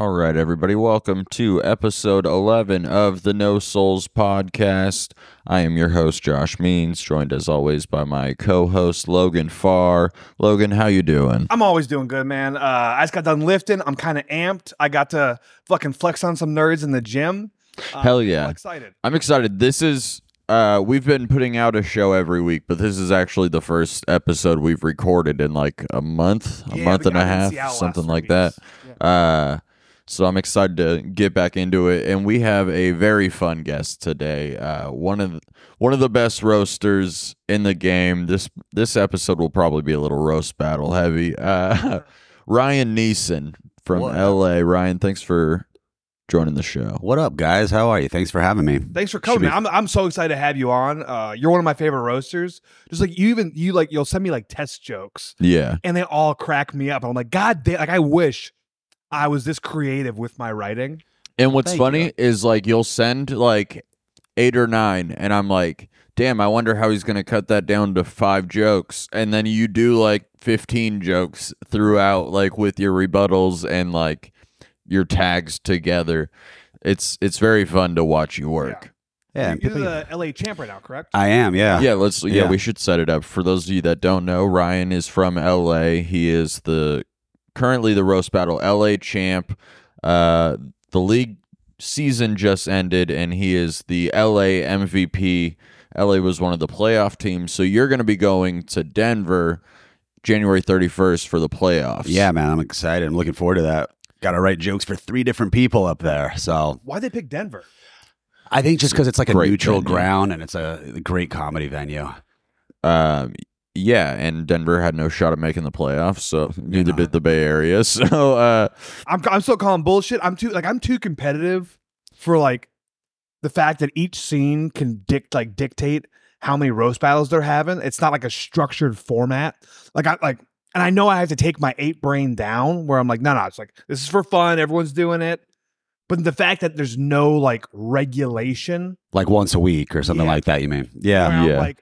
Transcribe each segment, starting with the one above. right, everybody, welcome to episode 11 of the No Souls podcast. I am your host, Josh Means, joined as always by my co-host, Logan Farr. Logan, how you doing? I'm always doing good, man. Uh, I just got done lifting. I'm kind of amped. I got to fucking flex on some nerds in the gym. Uh, Hell I'm yeah. excited. I'm excited. This is uh we've been putting out a show every week, but this is actually the first episode we've recorded in like a month, a Yeah, month we and a got in half, Seattle something last like week. that. Yeah. Uh so I'm excited to get back into it and we have a very fun guest today. Uh one of the, one of the best roasters in the game. This this episode will probably be a little roast battle heavy. Uh Ryan Neeson from What? LA. Ryan, thanks for joining the show. What up, guys? How are you? Thanks for having me. Thanks for Should coming. be- man. I'm I'm so excited to have you on. Uh, you're one of my favorite roasters. Just like you even you like you'll send me like test jokes Yeah. and they all crack me up. I'm like, God damn! Like I wish I was this creative with my writing. And what's Thank funny you. is like you'll send like eight or nine, and I'm like, damn, I wonder how he's gonna cut that down to five jokes. And then you do like fifteen jokes throughout, like with your rebuttals and like your tags together. It's it's very fun to watch you work. Yeah, you're, you're the LA champ right now, correct? I am. Yeah. Yeah, let's yeah, Yeah. we should set it up. For those of you that don't know, Ryan is from LA. He is the currently the roast battle LA champ. Uh the league season just ended and he is the LA MVP. LA was one of the playoff teams. So you're going to be going to Denver January 31st for the playoffs. Yeah, man. I'm excited. I'm looking forward to that. Got to write jokes for three different people up there. So Why they pick Denver? I think just because it's like a Great neutral venue. ground and it's a great comedy venue. Um yeah, and Denver had no shot at making the playoffs, so neither not. did the Bay Area. So uh I'm I'm still calling bullshit. I'm too like I'm too competitive for like the fact that each scene can dict like dictate how many roast battles they're having. It's not like a structured format. Like I like and I know I have to take my ape brain down where I'm like, no, no, it's like this is for fun, everyone's doing it. But the fact that there's no like regulation Like once a week or something Yeah. like that, you mean? Yeah. where I'm Yeah. like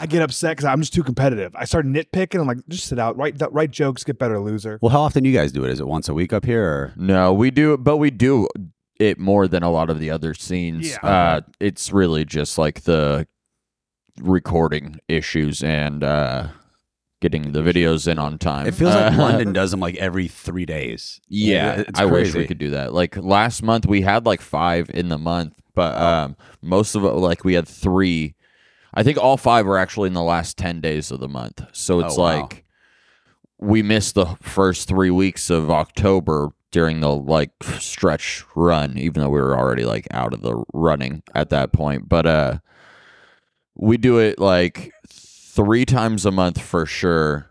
I get upset because I'm just too competitive. I start nitpicking. I'm like, just sit out, write write jokes, get better, loser. Well, how often do you guys do it? Is it once a week up here? Or? No, we do, but we do it more than a lot of the other scenes. Yeah. Uh, it's really just like the recording issues and uh, getting the videos in on time. It feels like Uh, London does them like every three days. Yeah, It's I wish we crazy. could do that. Like last month, we had like five in the month, but Oh. um, most of it, like we had three. I think all five were actually in the last ten days of the month. So it's Oh, wow. like we missed the first three weeks of October during the like stretch run, even though we were already like out of the running at that point. But uh, we do it like three times a month for sure,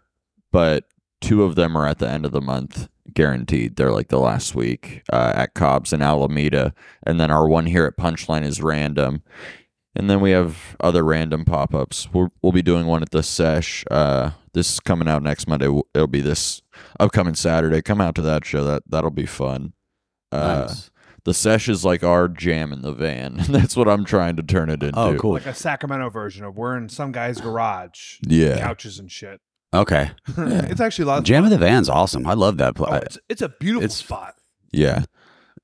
but two of them are at the end of the month guaranteed. They're like the last week uh, at Cobb's and Alameda, and then our one here at Punchline is random. And then we have other random pop ups. We'll, we'll be doing one at the sesh. Uh, this is coming out next Monday. W- It'll be this upcoming Saturday. Come out to that show. That that'll be fun. Uh, Nice. The sesh is like our jam in the van. That's what I'm trying to turn it into. oh, cool. like a Sacramento version of we're in some guy's garage, Yeah. couches and shit. Okay. it's actually a lot. Of Jam of the Van's awesome. I love that fun. Oh, place. it's, it's a beautiful it's- spot. Yeah.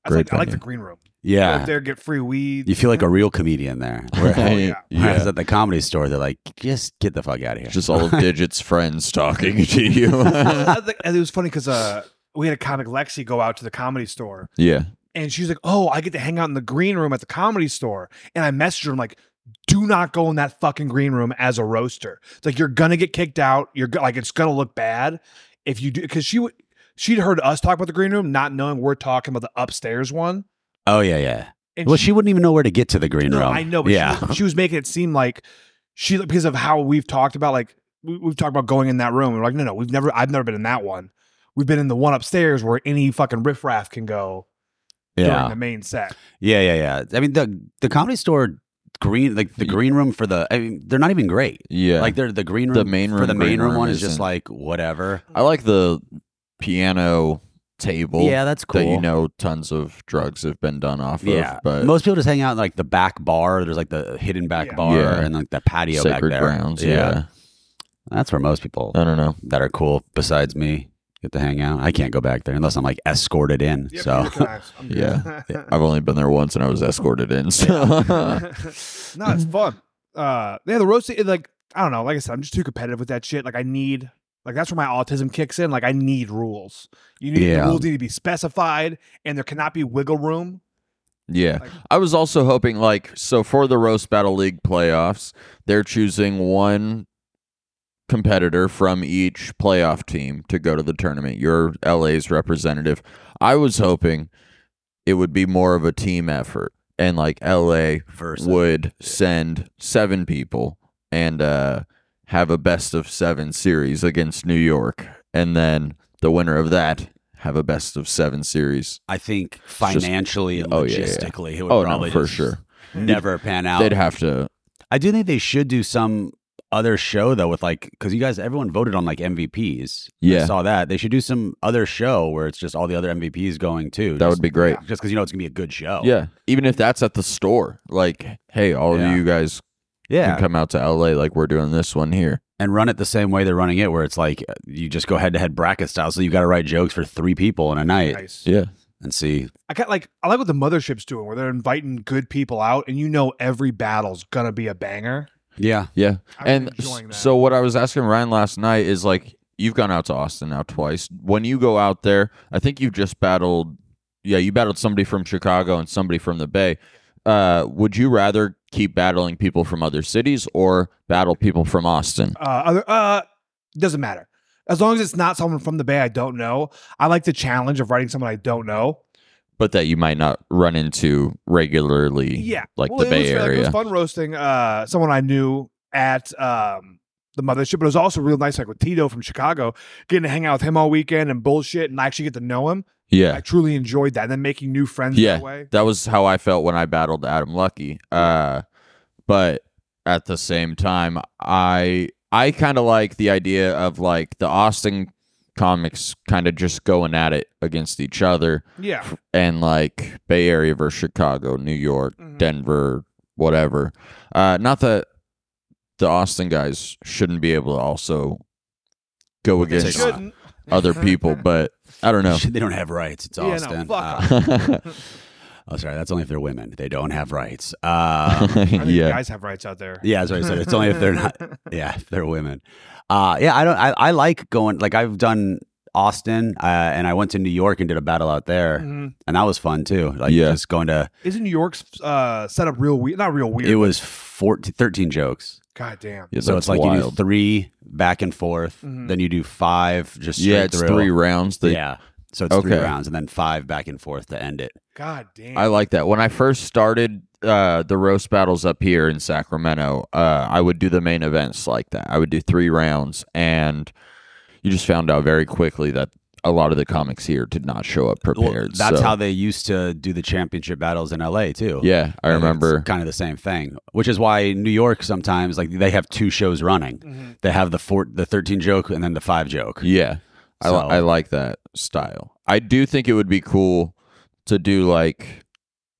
I like, great I like the venue. green room. Go up Yeah. there, get free weed. You feel like a real comedian there. Oh, yeah. Whereas at the comedy store, they're like, just get the fuck out of here. Just all of Digit's friends talking to you. I think- and it was funny because uh, we had a comic Lexi go out to the comedy store, yeah. and she's like, "Oh, I get to hang out in the green room at the comedy store." And I messaged her, I'm like. Do not go in that fucking green room as a roaster. It's like you're gonna get kicked out. You're go- like it's gonna look bad if you do because she would she'd heard us talk about the green room, not knowing we're talking about the upstairs one. oh yeah, yeah. And Well, she wouldn't even know where to get to the green No, room. I know, but yeah, she, was, she was making it seem like she because of how we've talked about like we, we've talked about going in that room. We're like, no, no, we've never. I've never been in that one. We've been in the one upstairs where any fucking riffraff can go during yeah, the main set. yeah, yeah, yeah. I mean, the the comedy store green, like the Ye- green room for the. I mean, they're not even great. Yeah. Like they're the green room. The main for room, the green main room, room one is just isn't- like whatever. I like the piano table yeah, that's cool. that you know tons of drugs have been done off Yeah, of. But most people just hang out in like the back bar. There's like the hidden back Yeah. bar Yeah. and like the patio back sacred there. grounds. Yeah. that's where most people I don't know. that are cool besides me Get to hang out. I can't go back there unless I'm like escorted in. so Yeah. I've only been there once, and I was escorted in. So no, it's fun. Uh, yeah, the roast, it, like, I don't know. Like I said, I'm just too competitive with that shit. Like, I need, like, that's where my autism kicks in. Like, I need rules. You need, Yeah. the rules need to be specified, and there cannot be wiggle room. yeah, Like- I was also hoping like so for the roast battle league playoffs, they're choosing one competitor from each playoff team to go to the tournament. You're LA's representative. I was hoping it would be more of a team effort, and like LA first, would send seven people and uh, have a best of seven series against New York, and then the winner of that have a best of seven series. I think just- financially and Oh, yeah, yeah. logistically, it would Oh no, probably for just sure. never pan out. They'd have to. I do think they should do some other show though with like because you guys everyone voted on like MVPs. I Yeah, saw that. They should do some other show where it's just all the other MVPs going too. that would be great. just because you know it's gonna be a good show. Yeah, even if that's at the store, like, hey, all Yeah. of you guys yeah. can come out to LA, like we're doing this one here. and run it the same way they're running it, where it's like uh, you just go head to head bracket style. So you got to write jokes for three people in a night Nice. Yeah, and see. I got like I like what the mothership's doing, where they're inviting good people out, and you know every battle's gonna be a banger. Yeah, yeah. I'm and enjoying that. so what I was asking Ryan last night is like you've gone out to Austin now twice. When you go out there, I think you've just battled yeah, you battled somebody from Chicago and somebody from the Bay. Uh, would you rather keep battling people from other cities or battle people from Austin? uh, other uh, doesn't matter as long as it's not someone from the Bay I don't know. I like the challenge of writing someone I don't know. But that you might not run into regularly. Yeah, Like Well, the it Bay was, like, it Area. was fun roasting uh, someone I knew at um, the mothership, but it was also real nice, like with Tito from Chicago, getting to hang out with him all weekend and bullshit, and actually get to know him. yeah. I truly enjoyed that, and then making new friends. Yeah. that way. That was how I felt when I battled Adam Lucky. Uh, but at the same time, I I kind of like the idea of like the Austin comics kind of just going at it against each other yeah. and like Bay Area versus Chicago, New York, Mhm. Denver, whatever. Uh, not that the Austin guys shouldn't be able to also go they against should. Shouldn't. other people, but I don't know. they don't have rights. It's Yeah, no, Austin. fuck Uh, off. oh, sorry, that's only if they're women. They don't have rights. Uh, I think yeah. guys have rights out there. yeah, that's what I said. It's only if they're not. Yeah, if they're women. Uh, yeah, I don't. I, I like going. Like I've done Austin, uh, and I went to New York and did a battle out there, Mhm. and that was fun too. Like Yeah. just going to. Isn't New York's uh, set up real weird? Not real weird. It was 14, 13 jokes. God damn. Yeah, So that's it's like you do wild. three back and forth, Mhm. then you do five just straight yeah, it's through. three rounds. They, yeah, so it's three Okay. rounds and then five back and forth to end it. God damn. I like that. When I first started uh, the roast battles up here in Sacramento, uh, I would do the main events like that. I would do three rounds, and you just found out very quickly that a lot of the comics here did not show up Well, prepared. that's so- how they used to do the championship battles in LA too. Yeah, I And it's remember. kind of the same thing, which is why New York sometimes like they have two shows running. Mhm. They have the four, the thirteen joke, and then the five joke. Yeah. I, li- So- I like that style. I do think it would be cool to do like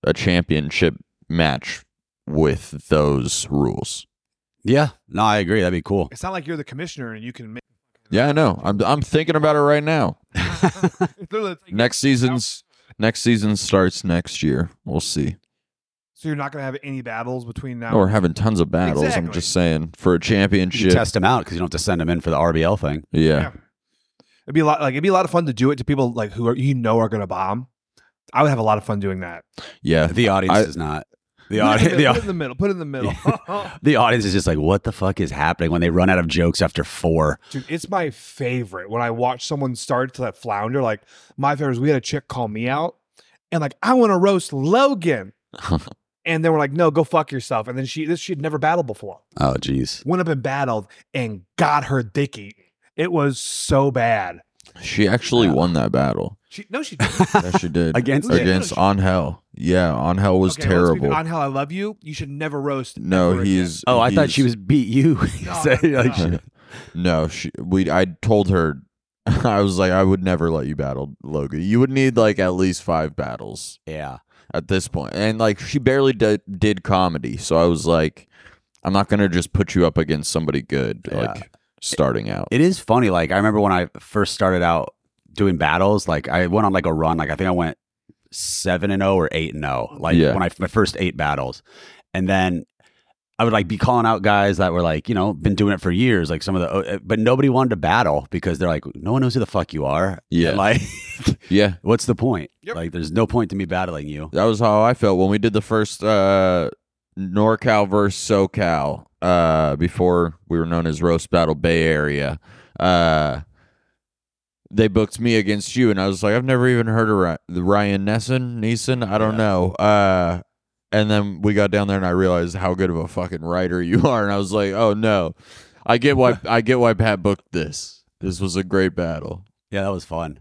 a championship match with those rules. Yeah, no, I agree. That'd be cool. It's not like you're the commissioner and you can make. Yeah, I know. I'm I'm thinking about it right now. Literally, it's like- Next season's next season starts next year. We'll see. So you're not gonna have any battles between now. Oh, we're having tons of battles. Exactly. I'm just saying for a You can championship. test them out because you don't have to send them in for the RBL thing. yeah. it'd be a lot. Like it'd be a lot of fun to do it to people like who are, you know are gonna bomb. I would have a lot of fun doing that. Yeah. The audience I- is not. The Put it audience. in The, the- au- put it in the middle. Put it in the middle. the audience is just like, what the fuck is happening when they run out of jokes after four? Dude, it's my favorite when I watch someone start to that flounder. Like my favorite is we had a chick call me out and like I want to roast Logan. And they were like, no, go fuck yourself. And then she this she had never battled before. Oh, jeez. Went up and battled and got her dicky. It was so bad. She actually Yeah. won that battle. She no, she didn't. That she did. Against Yeah. against On Hell. Yeah, On Hell was Okay, let's be- terrible. On hell, I love you. You should never roast. No, ever again. he's Oh, I thought she he's- was beat you. No, So, like, no. she- No, she, we. I told her, I was like, I would never let you battle Logan. You would need like at least five battles yeah. at this point, and like she barely did, did comedy. So I was like, I'm not gonna just put you up against somebody good, Yeah. like starting out. It is funny. Like I remember when I first started out doing battles, like I went on like a run. Like I think I went seven and zero or eight and zero. Like Yeah. when I my first eight battles, and then I would like be calling out guys that were like you know been doing it for years. Like some of the, uh, but nobody wanted to battle because they're like no one knows who the fuck you are. Yeah. And, like Yeah. what's the point? Yep. Like there's no point to me battling you. That was how I felt when we did the first uh, NorCal versus SoCal uh, before we were known as Roast Battle Bay Area. Uh, they booked me against you, and I was like, I've never even heard of Ry- the Ryan Nesson, Neeson. I don't Yeah. know. Uh, and then we got down there, and I realized how good of a fucking writer you are, and I was like, Oh no, I get why I get why Pat booked this. This was a great battle. Yeah, that was fun.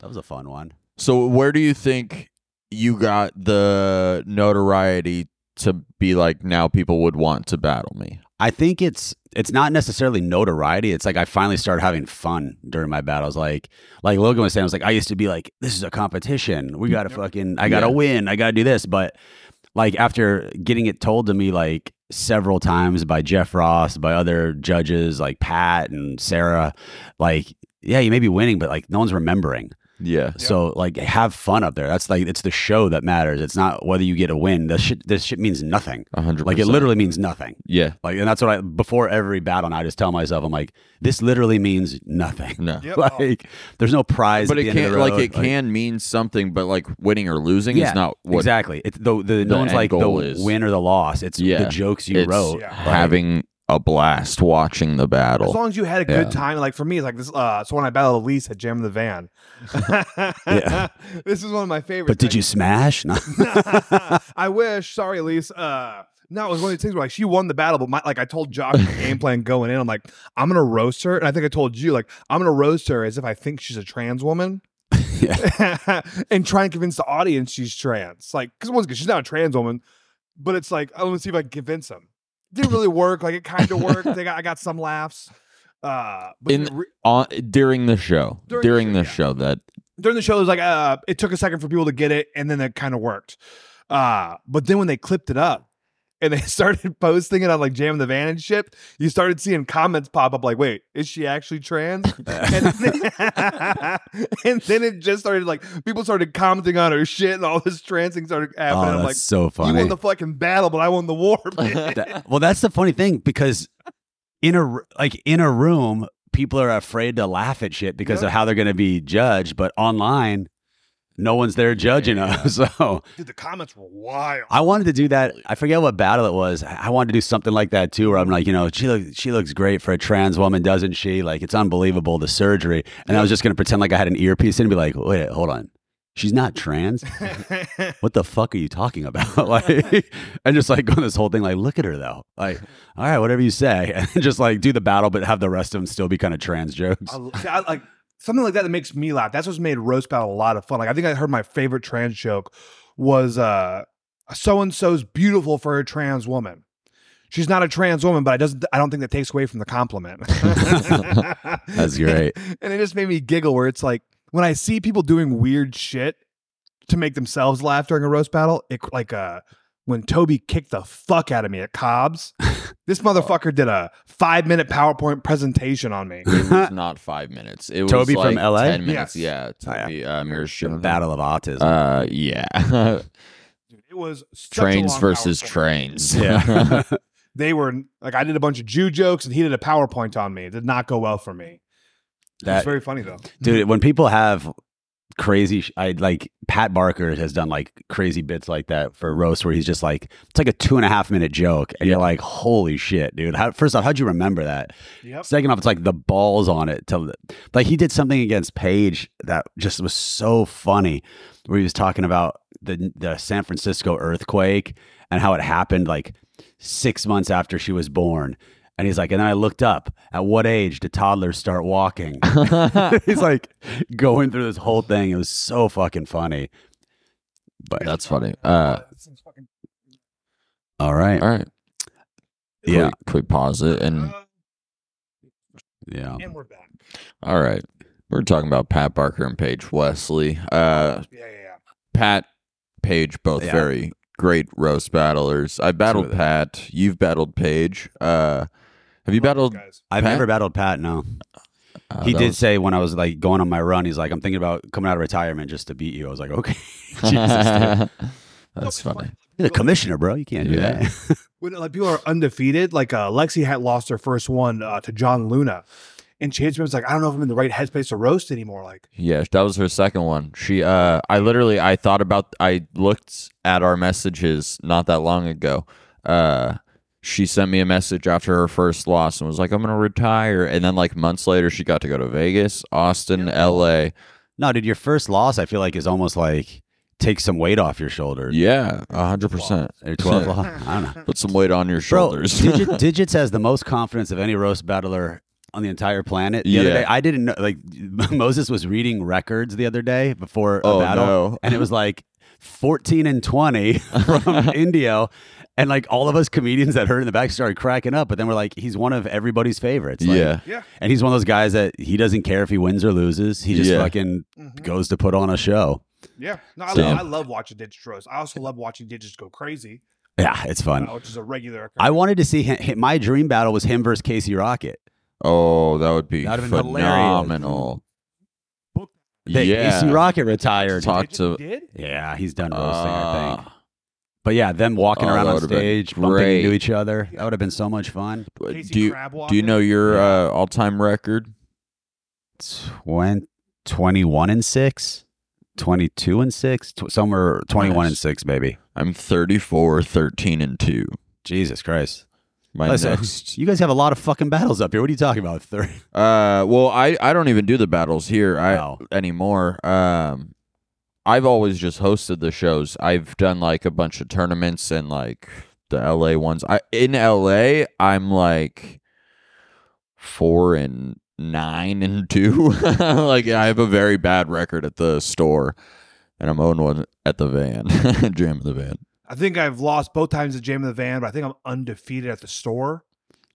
That was a fun one. So where do you think you got the notoriety to be like now people would want to battle me? I think it's it's not necessarily notoriety. It's like I finally started having fun during my battles. Like like Logan was saying, I was like, I used to be like, this is a competition. We gotta Yep. fucking I gotta Yeah. win. I gotta do this. But like after getting it told to me like several times by Jeff Ross, by other judges like Pat and Sarah, like, yeah, you may be winning, but like no one's remembering. Yeah. So like have fun up there. That's like it's the show that matters. It's not whether you get a win. This shit this shit means nothing. 100%. Like it literally means nothing. Yeah. Like, and that's what I before every battle, and I just tell myself, I'm like, this literally means nothing. No. Yep. like, there's no prize. But at the it end of can the like road. it can mean something, but like winning or losing Yeah, is not what exactly. It's the, the, the no one's end like the goal is. win or the loss. It's the Yeah. jokes you it's wrote. Yeah. Like, having a blast watching the As battle. long as you had a good Yeah. time, like for me, it's like this. Uh, so when I battled Elise at Jam in the Van, Yeah. this is one of my favorites. But did like- you smash? No. I wish. Sorry, Elise. Uh, no, it was one of these things where like she won the battle, but my, like I told Josh the game plan going in, I'm like, I'm gonna roast her, and I think I told you like I'm gonna roast her as if I think she's a trans woman, and try and convince the audience she's trans. Like, because once again, she's not a trans woman, but it's like I want to see if I can convince them. Didn't really work. Like it kind of worked. They got I got some laughs. Uh, but In- the re- On during the show. During the During, show, the yeah. show that during the show, it was like uh, it took a second for people to get it, and then it kind of worked. Uh, but then when they clipped it up and they started posting it on like Jam in the Van and shit, you started seeing comments pop up like, "Wait, is she actually trans?" and, then, and then it just started like people started commenting on her shit, and all this trans thing started oh, happening. that's I'm like, so "You funny. won the fucking battle, but I won the war." bitch." That- well, that's the funny thing because in a r- like in a room, people are afraid to laugh at shit because Yeah. of how they're going to be judged. But online, no one's there judging us. So Dude, the comments were wild. I wanted to do that. I forget what battle it was. I I wanted to do something like that too, where I'm like, you know, she looks she looks great for a trans woman, doesn't she? Like it's unbelievable the surgery. And I was just gonna pretend like I had an earpiece in and be like, wait, hold on. She's not trans. What the fuck are you talking about? like, and just like go on this whole thing, like, look at her though. Like, all right, whatever you say, and just like do the battle, but have the rest of them still be kind of trans jokes. I, l- see, I like something like that that makes me laugh. That's what's made roast battle a lot of fun. Like I think I heard my favorite trans joke was uh so and so's beautiful for a trans woman. She's not a trans woman, but I doesn't. I don't think that takes away from the compliment. That's great. and it just made me giggle. Where it's like when I see people doing weird shit to make themselves laugh during a roast battle. It like uh when Toby kicked the fuck out of me at Cobb's. This motherfucker did a five minute PowerPoint presentation on me. it was not five minutes. It was Toby from like LA? ten minutes. Yes. Yeah. Toby uh, The Mearsheimer. battle of autism. Uh yeah. Dude, it was such a trains long versus PowerPoint. trains. yeah. They were like, I did a bunch of Jew jokes, and he did a PowerPoint on me. It did not go well for me. That, That- it's very funny though. dude when people have crazy sh- i like pat barker has done like crazy bits like that for roast where he's just like it's like a two and a half minute joke and you're like holy shit dude how, first off how'd you remember that Yep. second off it's like the balls on it to like he did something against paige that just was so funny where he was talking about the the san francisco earthquake and how it happened like six months after she was born and he's like, and then I looked up at what age did toddlers start walking? he's like going through this whole thing. It was so fucking funny. But That's funny. Uh, all right, all right. Can yeah, we- Can we pause it? And yeah. uh, and we're back. all right. We're talking about Pat Barker and Paige Wesley. Uh, Yeah, yeah, yeah. Pat, Paige, both Yeah. very great roast battlers. I battled of them. Pat. You've battled Paige. Uh, have you Love those battled? guys? I've Pat? never battled Pat. No, Uh, he that did was- say when I was like going on my run, he's like, I'm thinking about coming out of retirement just to beat you. I was like, okay, Jesus, dude. That's funny. You're the commissioner, bro. You can't do Yeah. that. When like people are undefeated, like uh, Lexi had lost her first one uh, to John Luna, and Chance was like, I don't know if I'm in the right headspace to roast anymore. Like, Yeah, that was her second one. She, uh, I literally, I thought about, I looked at our messages not that long ago. Uh, she sent me a message after her first loss and was like, "I'm gonna retire." And then, like months later, she got to go to Vegas, Austin, L.A. No, dude, your first loss, I feel like, is almost like take some weight off your shoulders. Yeah, hundred percent. Or 12 loss. I don't know. Put some weight on your shoulders. Bro, Digit, Digits has the most confidence of any roast battler on the entire planet. The other Yeah. day, I didn't know, like, Moses was reading records the other day before a Oh, battle, no. and it was like 14 and 20 from Indio. And like all of us comedians that heard in the back started cracking up, but then we're like, he's one of everybody's favorites. Like, yeah, yeah, And he's one of those guys that he doesn't care if he wins or loses. He just Yeah. fucking Mm-hmm. goes to put on a show. yeah. No, I, So- love, I love watching Digits roast. I also love watching Digits go crazy, Yeah, it's uh, fun. which is a regular. I wanted to see him, hi- My dream battle was him versus Casey Rocket. Oh, that would be That'd have been hilarious. phenocal. Book- That Yeah. Casey Rocket retired. Talk Digits to- did. yeah, he's done roasting. I think. Uh, But yeah, them walking Oh, around that on would've been stage, bumping great. into each other. That would have been so much fun. Casey do you Crabwalker. do you know your uh, all-time record? 20, 21 and 6, 22 and 6, tw- somewhere 21 and Nice. 6, baby. I'm 34, 13 and two. Jesus Christ. My Listen, next. You guys have a lot of fucking battles up here. What are you talking about? Third? Uh, well, I I don't even do the battles here I No. anymore. Um, I've always just hosted the shows. I've done like a bunch of tournaments and like the LA ones. I in LA, I'm like four and nine and two. like I have a very bad record at the store, and I'm own one at the van, jam in the van. I think I've lost both times at Jam in the Van, but I think I'm undefeated at the store.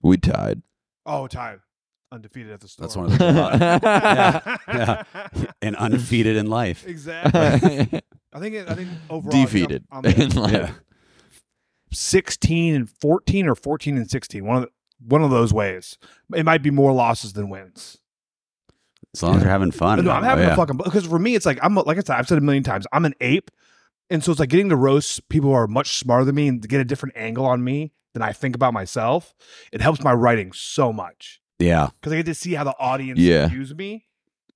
We tied. Oh, time. Undefeated at the store. That's one of the Yeah, and undefeated in life. Exactly. I think it, I think overall I think Defeated. I'm, I'm In life. Yeah. 16 and 14 or 14 and 16. One of the, one of those ways. It might be more losses than wins. As long as they're having fun. Oh, But no, I'm having yeah. a fucking because for me it's like I'm a- like I said I've said a million times I'm an ape, and so it's like getting to roast people who are much smarter than me and to get a different angle on me than I think about myself. It helps my writing so much. Yeah. because I get to see how the audience Yeah. views me.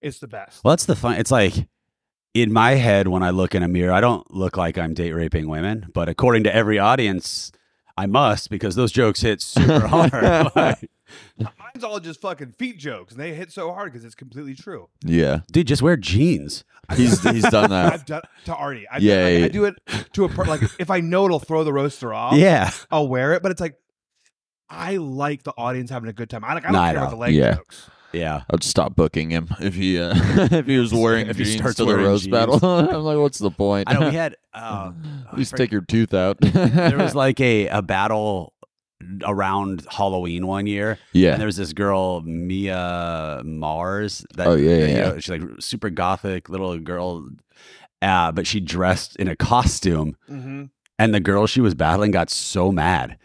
It's the best. Well, that's the fun. It's like in my head when I look in a mirror, I don't look like I'm date raping women, but according to every audience, I must because those jokes hit super hard. Like, Mine's all just fucking feet jokes, and they hit so hard because it's completely true. yeah. dude, just wear jeans. He's he's done that. I've done to Artie. I've Uh, Yeah, done- yeah, I, yeah. I do it to a per- like if I know it'll throw the roaster off. yeah. I'll wear it, but it's like I like the audience having a good time. I like I don't No, I care about the don't. leg Yeah. jokes. Yeah. I'd stop booking him if he uh, if he was wearing If he jeans starts to the wearing roast jeans. battle. I'm like, what's the point? I know we had, uh, I Just forget- take your tooth out. there was like a, a battle around Halloween one year. yeah, And there was this girl, Mia Mars. That, Oh, yeah, that, you yeah. know, she's like super gothic little girl. Uh, but she dressed in a costume Mm-hmm. and the girl she was battling got so mad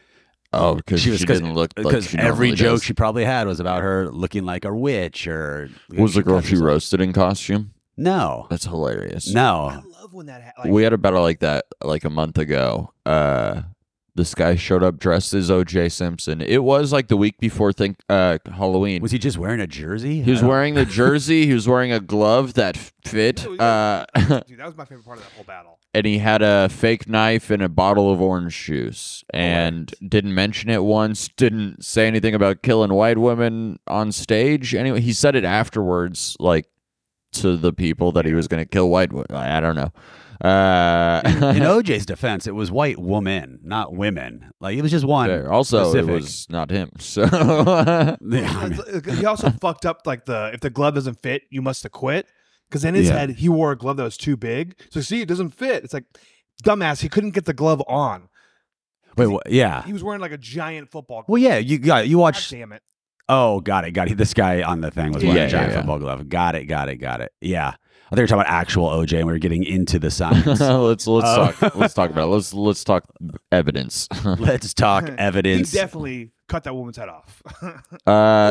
oh, because she, was didn't look like because she every normally joke does. she probably had was about her looking like a witch or was the girl cut she herself- roasted in costume. No, That's hilarious. I no. love when that happens. Uh-huh. we had a battle like that like a month ago. Uh, this guy showed up dressed as O.J. Simpson. It was like the week before think uh, Halloween. Was he just wearing a jersey? he was I don't- wearing the jersey. he was wearing a glove that fit. Uh, Dude, that was my favorite part of that whole battle. and he had a fake knife and a bottle of orange juice and didn't mention it once didn't say anything about killing white women on stage anyway he said it afterwards like to the people that he was going to kill white women i don't know uh In OJ's defense, it was white woman, not women. Like it was just one. fair. also specific. it was not him so Yeah, I mean, It's- it's- he uh, also fucked up like the if the glove doesn't fit, you must have quit. Because in his Yeah. head, he wore a glove that was too big. So see, it doesn't fit. It's like dumbass. He couldn't get the glove on. wait, what, Ah. yeah. He was wearing like a giant football. Well, yeah. You got you God watched. damn it! Oh, got it, got it. This guy on the thing was wearing Yeah, a giant yeah, yeah. football glove. Got it, got it, got it. Yeah, I think we're talking about actual OJ, and we were getting into the science. let's let's Uh, talk let's talk about it. let's let's talk evidence Let's talk He evidence. definitely cut that woman's head off. Uh,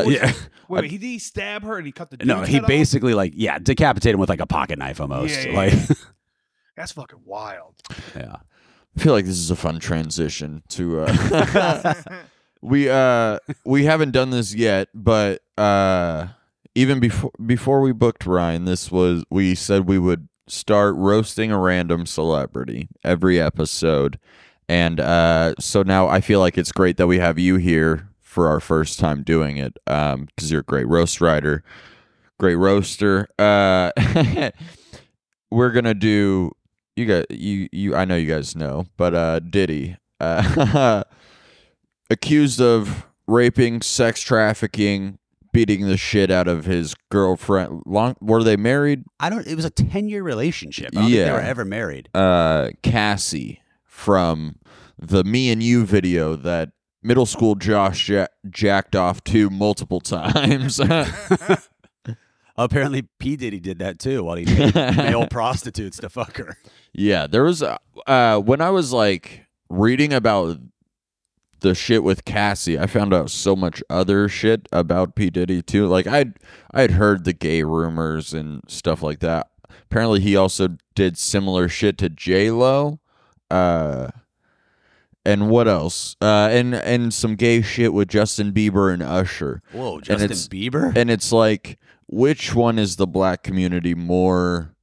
Well, yeah. wait, wait, he did he stab her and he cut the No, dude's he head off? basically like yeah, decapitated him with like a pocket knife almost. Yeah, yeah, like That's fucking wild. yeah. I feel like this is a fun transition to. Uh, we uh we haven't done this yet, but uh even before before we booked Ryan, this was we said we would start roasting a random celebrity every episode. And uh so now I feel like it's great that we have you here for our first time doing it um cuz you're a great roast writer, great roaster. Uh we're going to do you got you you I know you guys know, but uh Diddy uh accused of raping, sex trafficking, beating the shit out of his girlfriend. Long were they married? I don't it was a 10-year relationship. I don't think Yeah. they were ever married. Uh, Cassie from the "Me and You" video that middle school Josh ja- jacked off to multiple times. Apparently P Diddy did that too while he paid male prostitutes to fuck her. Yeah, there was uh, uh when I was like reading about the shit with Cassie, I found out so much other shit about P Diddy too. Like I would I would heard the gay rumors and stuff like that. Apparently, he also did similar shit to J Lo. Uh, and what else? Uh, and and some gay shit with Justin Bieber and Usher. Whoa, Justin it's- Bieber? And it's like, which one is the black community more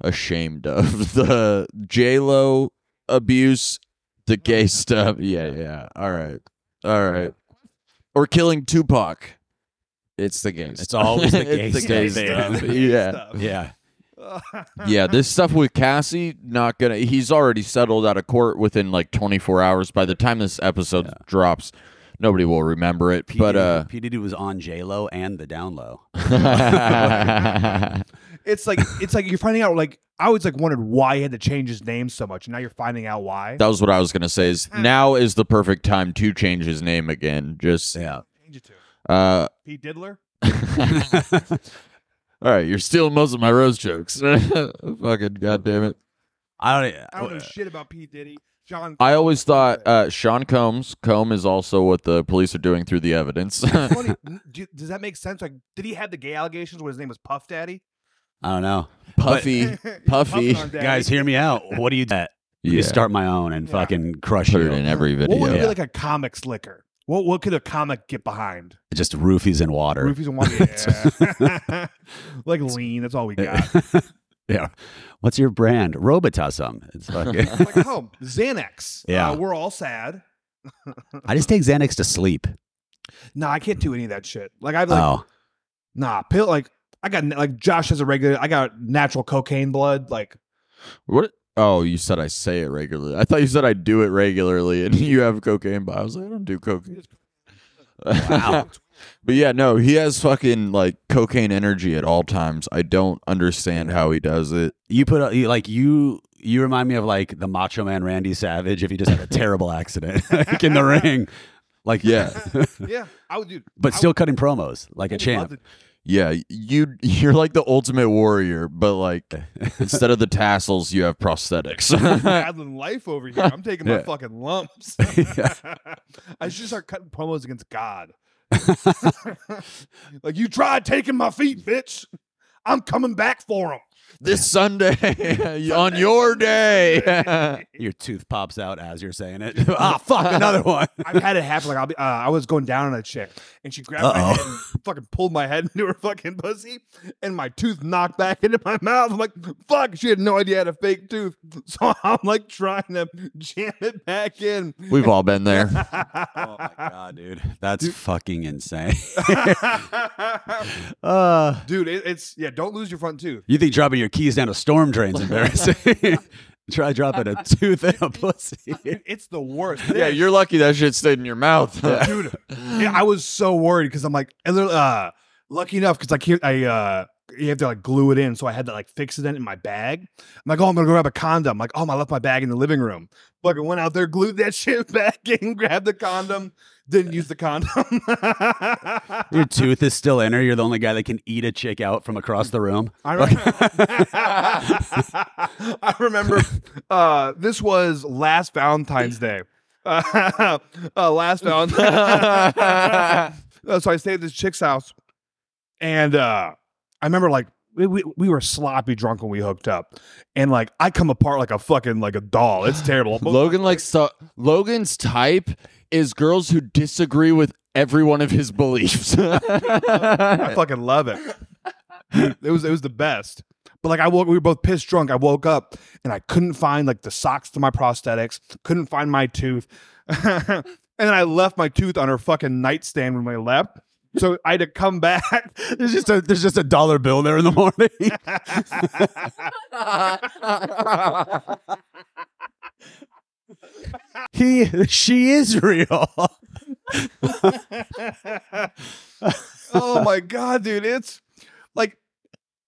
ashamed of? The J Lo abuse, the gay stuff. Yeah, yeah. All right, all right. Or killing Tupac. It's the gay. It's stuff. always the gay it's the gay stuff. stuff. Yeah. yeah. Yeah, this stuff with Cassie, not gonna. He's already settled out of court within like 24 hours. By the time this episode drops, nobody will remember it. P. but Diddy, uh, P Diddy was on J Lo and the down low. uh, it's like it's like you're finding out like I always like wondered why he had to change his name so much, and now you're finding out why. That was what I was gonna say. Is now is the perfect time to change his name again. Just Yeah. Change it to uh, Pete Diddler. e, all right, you're stealing most of my rose jokes. Fucking goddamn it! I don't, I don't know shit about Pete Diddy. John. I always thought uh, Sean Combs. Comb is also what the police are doing through the evidence. Funny, n- do- does that make sense? Like, did he have the gay allegations when his name was Puff Daddy? I don't know. Puffy, Puffy. Puffin' on Daddy. Guys, hear me out. What do you do? yeah, You start my own and Yeah. fucking crush put you. it in every video. What would be Yeah. like a comic slicker? What what could a comic get behind? Just roofies and water. Roofies and water. Yeah. like lean. That's all we got. yeah. What's your brand? Robitussin. It's fucking. like oh, Xanax. Yeah. Uh, we're all sad. I just take Xanax to sleep. Nah, I can't do any of that shit. Like I've like oh, nah pill. Like I got like Josh has a regular. I got natural cocaine blood. Like What? Oh, you said I say it regularly. I thought you said I do it regularly, and you have cocaine. But I was like, I don't do cocaine. Wow. but yeah, no, he has fucking like cocaine energy at all times. I don't understand how he does it. you put a, you, like you. You remind me of like the Macho Man Randy Savage if he just had a terrible accident like, in the ring. Like Yeah. yeah, I would do. but still cutting promos like a champ. Yeah, you you're like the ultimate warrior, but like instead of the tassels, you have prosthetics. Adlin life over here. I'm taking my Yeah. fucking lumps. Yeah. I should start cutting promos against God. like you tried taking my feet, bitch. I'm coming back for him. this Sunday on your day. Your tooth pops out as you're saying it. ah, fuck, another one. I've had it happen. Like I'll be, uh, I was going down on a chick, and she grabbed my Uh-oh. head and fucking pulled my head into her fucking pussy, and my tooth knocked back into my mouth. I'm like, fuck. She had no idea I had a fake tooth, so I'm like trying to jam it back in. We've all been there. oh my god, dude, that's fucking insane. Dude, it, it's yeah. Don't lose your front tooth. you think dropping your keys down a storm drain's embarrassing? Try dropping a tooth in a pussy. Dude, it's the worst. Yeah, you're lucky that shit stayed in your mouth. dude. yeah, I was so worried because I'm like, and they're, uh, lucky enough because like here I uh. You have to like glue it in, so I had to like fix it in, in my bag. I'm like, oh, I'm gonna grab a condom. like, oh, I left my bag in the living room. Fucking went out there, glued that shit back in, grabbed the condom, didn't use the condom. Your tooth is still in her. You're the only guy that can eat a chick out from across the room. I remember, I remember uh, this was last Valentine's Day. uh, last on. Uh, so I stayed at this chick's house, and uh, I remember like we, we we were sloppy drunk when we hooked up, and like I come apart like a fucking like a doll. It's terrible. Logan likes to, Logan's type is girls who disagree with every one of his beliefs. I fucking love it. Dude, it was it was the best. But like I woke, we were both pissed drunk. I woke up and I couldn't find like the socks to my prosthetics. Couldn't find my tooth, and then I left my tooth on her fucking nightstand when I left. So I had to come back. There's just a there's just a dollar bill there in the morning. he she is real. oh my god, dude! It's like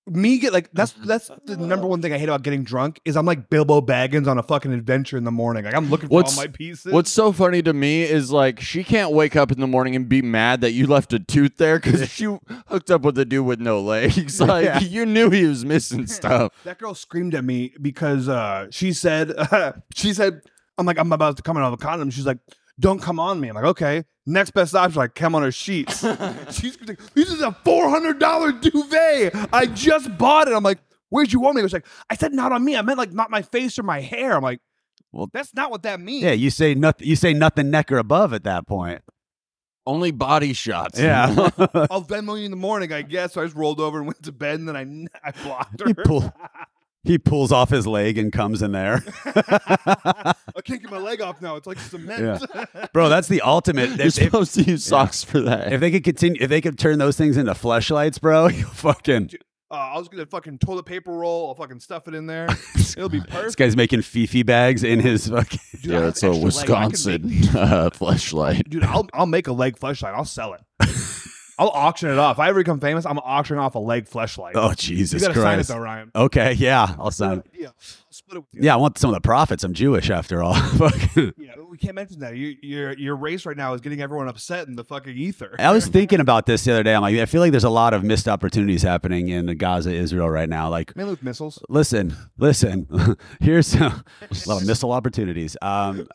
me get like that's Mm-hmm. that's the number one thing I hate about getting drunk is I'm like Bilbo Baggins on a fucking adventure in the morning. Like I'm looking for What's- all my pieces. What's so funny to me is like she can't wake up in the morning and be mad that you left a tooth there because she hooked up with a dude with no legs. Like Yeah. you knew he was missing stuff. That girl screamed at me because uh, she said, she said, I'm like, I'm about to come out of a condom. She's like, don't come on me. I'm like, okay. Next best option, like, come on her sheets. She's like, this is a $400 duvet. I just bought it. I'm like, where'd you want me? She's like, I said not on me. I meant like not my face or my hair. I'm like, well, Well- that's not what that means. yeah, you say nothing. You say nothing neck or above at that point. Only body shots. Yeah, I'll Venmo you in the morning, I guess. So I just rolled over and went to bed, and then I, I blocked her. he pull, he pulls off his leg and comes in there, I can't get my leg off now. It's like cement. bro. That's the ultimate. You're If, if- supposed to use socks for that. if they could continue, if they could turn those things into fleshlights, bro, you fucking. Uh, I'll just get a fucking toilet paper roll. I'll fucking stuff it in there. It'll be This perfect. guy's making fifi bags in his fucking. Dude, I yeah, have that's an a extra leg. I can Wisconsin make- uh, flashlight. dude, I'll I'll make a leg fleshlight. I'll sell it. I'll auction it off. If I ever become famous, I'm auctioning off a leg fleshlight. Oh you Jesus gotta sign it Christ! though, Ryan. Okay, yeah, I'll sign. Good idea. I'll split it with you. Yeah, I want some of the profits. I'm Jewish after all. Fucking- Yeah, we can't mention that. You, your your race right now is getting everyone upset in the fucking ether. I was thinking about this the other day. I'm like, I feel like there's a lot of missed opportunities happening in Gaza, Israel right now. Like, Mainly with missiles. listen, listen. Here's some, a lot of missile opportunities. Um,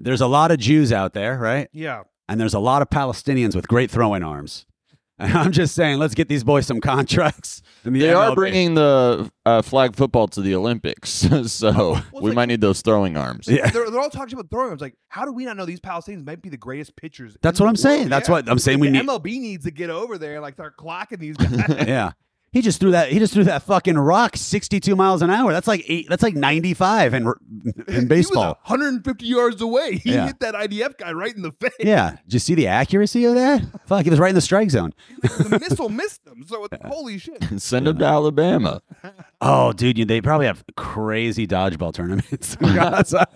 there's a lot of Jews out there, right? Yeah. And there's a lot of Palestinians with great throwing arms. And I'm just saying, let's get these boys some contracts. in the They are MLB. bringing the uh, flag football to the Olympics, so we like- might need those throwing arms. Yeah. They're, they're all talking about throwing arms. Like, how do we not know these Palestinians might be the greatest pitchers? That's in what the I'm saying. world? That's Yeah. what I'm saying. We The need. MLB needs to get over there and like start clocking these guys. yeah. He just threw that. He just threw that fucking rock 62 miles an hour. That's like eight. That's like 95 in in He was baseball. 150 yards away. He Yeah. hit that IDF guy right in the face. Yeah. Did you see the accuracy of that? Fuck, he was right in the strike zone. the missile missed him. So it's, holy shit. Send them to Alabama. Oh, dude, you, they probably have crazy dodgeball tournaments. in Gaza.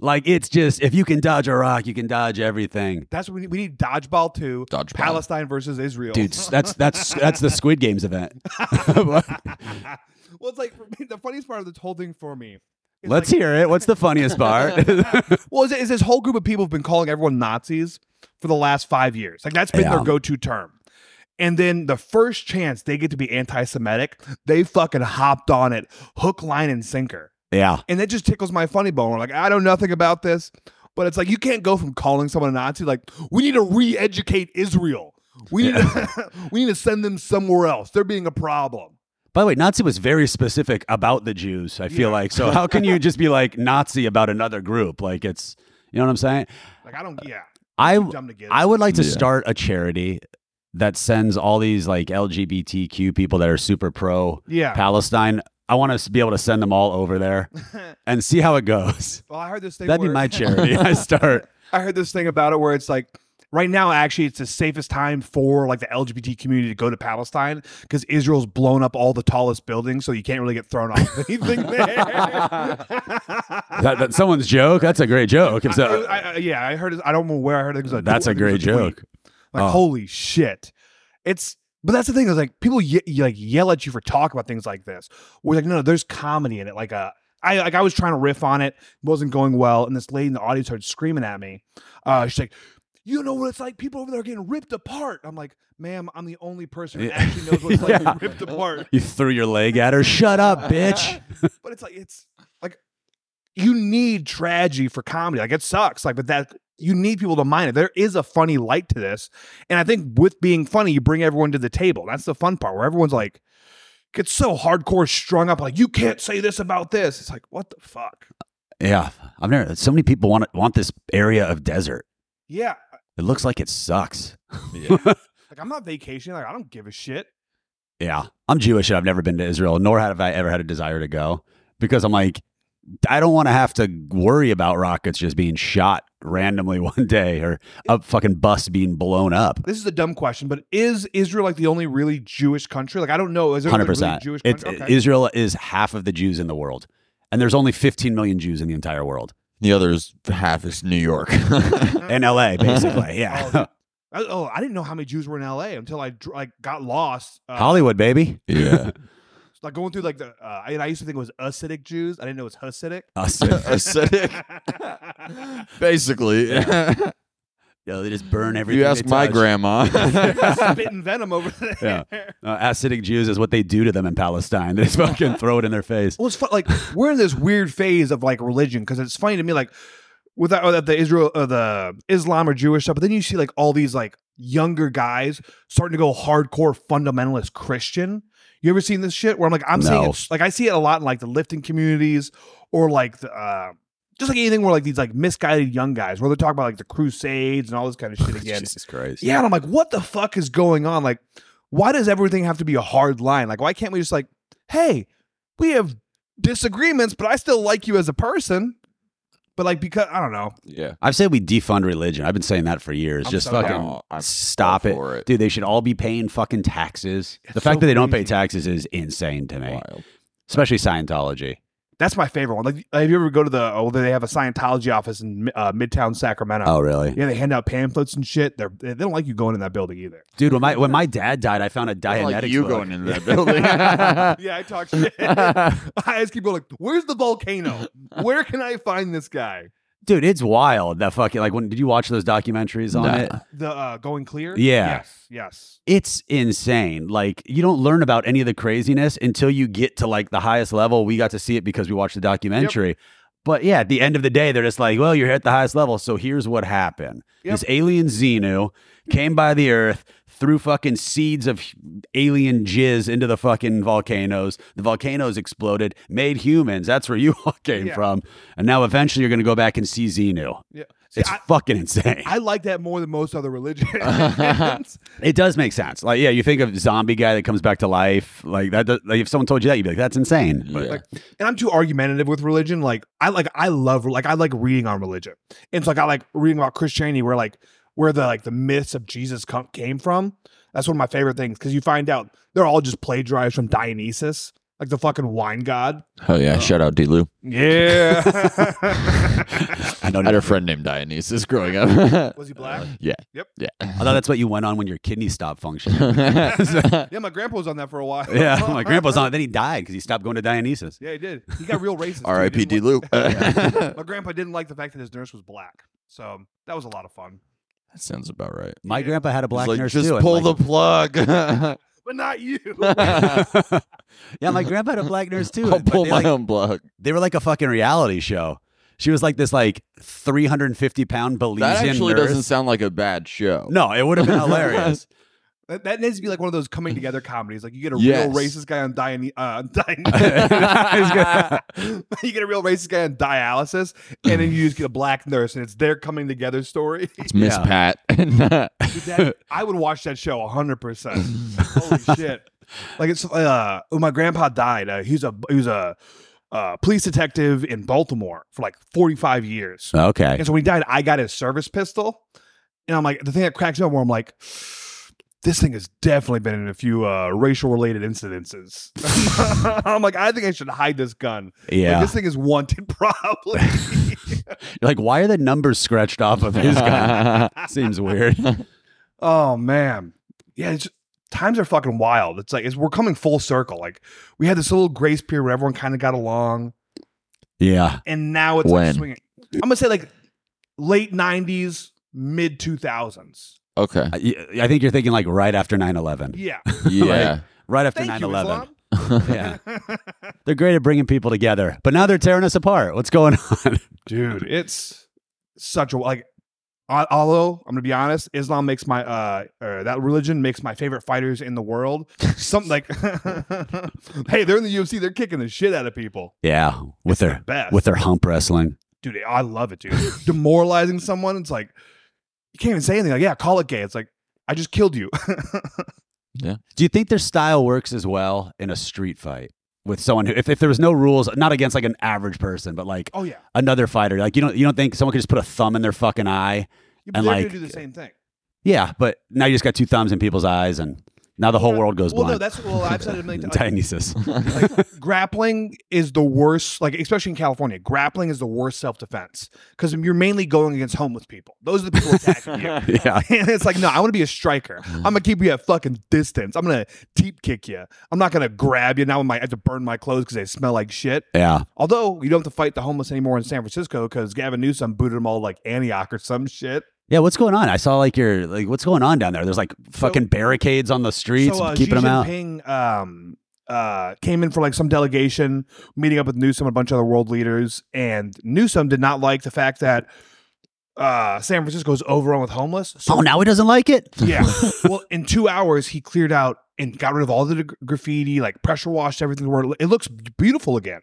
like it's just if you can dodge a rock, you can dodge everything. That's what we need. We need dodgeball two. Dodgeball. Palestine versus Israel. Dude, s- that's that's that's the Squid Games event. well, it's like for me, the funniest part of this whole thing for me. is, Let's like, hear it. What's the funniest part? Well, is, is this whole group of people have been calling everyone Nazis for the last five years? Like that's been their Yeah. go-to term. And then the first chance they get to be anti-Semitic, they fucking hopped on it, hook, line, and sinker. yeah. and that just tickles my funny bone. I'm like, I know nothing about this, but it's like you can't go from calling someone a Nazi like we need to re-educate Israel. We need to, we need to send them somewhere else. They're being a problem. By the way, Nazi was very specific about the Jews, I feel Yeah. like. So how can you just be like Nazi about another group? Like it's you know what I'm saying? Like I don't, yeah, I dumb to get. I would like to Yeah. start a charity that sends all these like LGBTQ people that are super pro yeah. Palestine. I want to be able to send them all over there and see how it goes. well, I heard this thing. That'd be where- my charity. I start. I heard this thing about it where it's like right now actually it's the safest time for like the LGBT community to go to Palestine because Israel's blown up all the tallest buildings, so you can't really get thrown off of anything there. That, that someone's joke. That's a great joke. If so- I, I, I- yeah, I heard. It, I don't know where I heard it. it was that's I a think it was great tweet. joke. Like Oh. holy shit, it's. But that's the thing is like people ye- ye- like yell at you for talking about things like this. We're like, no, no, there's comedy in it. Like uh, I like I was trying to riff on it, wasn't going well, and this lady in the audience started screaming at me. Uh, she's like, you know what it's like? People over there getting ripped apart. I'm like, ma'am, I'm the only person who Yeah. actually knows what it's like to Yeah. be ripped apart. You threw your leg at her. Shut up, bitch. But it's like it's like you need tragedy for comedy. Like it sucks. Like, but that you need people to mind it. There is a funny light to this. And I think with being funny, you bring everyone to the table. That's the fun part where everyone's like gets so hardcore strung up, like, you can't say this about this. It's like, what the fuck? Yeah, I've never. So many people want want this area of desert. Yeah. It looks like it sucks. Yeah. Like I'm not vacationing. Like I don't give a shit. Yeah, I'm Jewish and I've never been to Israel, nor have I ever had a desire to go because I'm like, I don't want to have to worry about rockets just being shot randomly one day or a fucking bus being blown up. This is a dumb question, but is Israel like the only really Jewish country? Like I don't know. Is there Hundred another really percent. Jewish It's country? Okay. Israel is half of the Jews in the world, and there's only 15 million Jews in the entire world The other is half is New York. in LA, basically. Yeah, Oh, I, oh, I didn't know how many Jews were in L.A. until I dr- like got lost. Uh, Hollywood, baby. yeah. like going through like the uh, I, I used to think it was Hasidic Jews. I didn't know it was Hasidic. Us. Acidic. Basically. Yo, they just burn everything. you ask they my touch. grandma. Spitting venom over there. Uh, acidic Jews is what they do to them in Palestine. They just fucking throw it in their face. Well, it's fun. Like we're in this weird phase of like religion because it's funny to me like with that, that the Israel, uh, the Islam or Jewish stuff, but then you see like all these like younger guys starting to go hardcore fundamentalist Christian. You ever seen this shit? Where I'm like, I'm seeing No. it, like I see it a lot in like the lifting communities or like the. Uh, just like anything where like these like misguided young guys where they're talking about like the crusades and all this kind of shit again. Jesus Christ. Yeah, and I'm like, what the fuck is going on? Like, why does everything have to be a hard line? Like, why can't we just like, hey, we have disagreements, but I still like you as a person. But like, because I don't know, yeah. I've said we defund religion. I've been saying that for years. I'm just so fucking down. I'm stop all it. for it. Dude, they should all be paying fucking taxes. the It's fact so that they don't pay crazy. taxes is insane to me, Wild. especially Scientology. that's my favorite one. Like, have you ever go to the? Oh, they have a Scientology office in uh, Midtown Sacramento. Oh, really? Yeah, they hand out pamphlets and shit. They're, they don't like you going in that building either. Dude, when my when my dad died, I found a I Dianetics like you book. going into that building. Yeah, I talk shit. I just keep going like, where's the volcano? Where can I find this guy? Dude, it's wild. That fucking like when did you watch those documentaries on Nah. it? The uh, going clear. Yeah. Yes. Yes. It's insane. Like you don't learn about any of the craziness until you get to like the highest level. We got to see it because we watched the documentary. But yeah, at the end of the day, they're just like, well, you're at the highest level. So here's what happened. Yep. This alien Xenu came by the earth, threw fucking seeds of alien jizz into the fucking volcanoes. The volcanoes exploded, made humans. That's where you all came Yeah. from. And now eventually you're going to go back and see Xenu. Yeah. See, It's I- fucking insane. I like that more than most other religions. It does make sense. Like, yeah, you think of zombie guy that comes back to life. Like that. does- Like, if someone told you that, you'd be like, "That's insane." But Yeah. like- and I'm too argumentative with religion. Like I like I love like I like reading on religion. And so like I like reading about Christianity where like where the like the myths of Jesus come, came from. That's one of my favorite things because you find out they're all just plagiarized from Dionysus, like the fucking wine god. oh yeah. Shout out D Lou. Yeah. I know. I I, had a friend named Dionysus growing up. Was he black? yeah. Yep. Yeah. thought that's what you went on when your kidney stopped functioning. Yeah, my grandpa was on that for a while. yeah, my grandpa's on it. Then he died because he stopped going to Dionysus. Yeah, he did. He got real racist. too. He R.I.P. didn't D Lou. want- that My grandpa didn't like the fact that his nurse was black. So that was a lot of fun. sounds about right. My Yeah. grandpa had a black It's like, nurse just too. and, pull like- the plug. But not you. yeah, my grandpa had a black nurse too. I'll but pull they, my like- own plug. They were like a fucking reality show. She was like this like 350 pound Belizean That actually nurse. doesn't sound like a bad show. No, it would have been hilarious. That, that needs to be like one of those coming together comedies. Like you get a Yes. real racist guy on Diane, uh, He's Diane, gonna- you get a real racist guy on dialysis, and then you just get a black nurse, and it's their coming together story. It's Miss Yeah. Pat. Dude, that- I would watch that show hundred percent. Holy shit! Like it's uh, when my grandpa died. Uh, he was a he was a uh, police detective in Baltimore for like forty five years. okay. And so when he died, I got his service pistol. And I'm like, the thing that cracks me up where I'm like, this thing has definitely been in a few uh, racial related incidences. I'm like, I think I should hide this gun. Like, Yeah. this thing is wanted probably. You're like, why are the numbers scratched off of his gun? Seems weird. oh, man. Yeah. It's, times are fucking wild. It's like, it's, we're coming full circle. Like, we had this little grace period where everyone kind of got along. Yeah. And now it's When? like swinging. I'm going to say like late 90s, mid 2000s. okay. I, I think you're thinking like right after 9 11. Yeah. Yeah. Right after Thank 9 you, 11. Islam. Yeah. They're great at bringing people together, but now they're tearing us apart. What's going on? dude it's such a like al- although i'm gonna be honest islam makes my uh, uh that religion makes my favorite fighters in the world something like hey they're in the ufc they're kicking the shit out of people Yeah, with They're their best with their hump wrestling. dude i love it dude demoralizing someone it's like you can't even say anything like yeah call it gay it's like i just killed you Do you think their style works as well in a street fight with someone who, if, if there was no rules, not against like an average person, but like oh yeah another fighter, like you don't you don't think someone could just put a thumb in their fucking eye? you And, they're gonna like, do the same thing Yeah, but now you just got two thumbs in people's eyes, and now the whole world goes well no blind. that's well i've said it a million times like, Dionysus. grappling is the worst like especially in california grappling is the worst self-defense because you're mainly going against homeless people those are the people attacking you yeah, and it's like no i want to be a striker i'm gonna keep you at fucking distance i'm gonna deep kick you i'm not gonna grab you now i have to burn my clothes because they smell like shit yeah. although you don't have to fight the homeless anymore in san francisco because gavin newsom booted them all like antioch or some shit Yeah, what's going on? I saw like your like what's going on down there. There's like fucking barricades on the streets, so, uh, keeping Xi them out. Jinping, um, uh, came in for like some delegation meeting up with Newsom and a bunch of other world leaders, and Newsom did not like the fact that uh, San Francisco is overrun with homeless. So Oh, now he doesn't like it. yeah, well, in two hours he cleared out and got rid of all the gra- graffiti, like pressure washed everything. Where it looks beautiful again.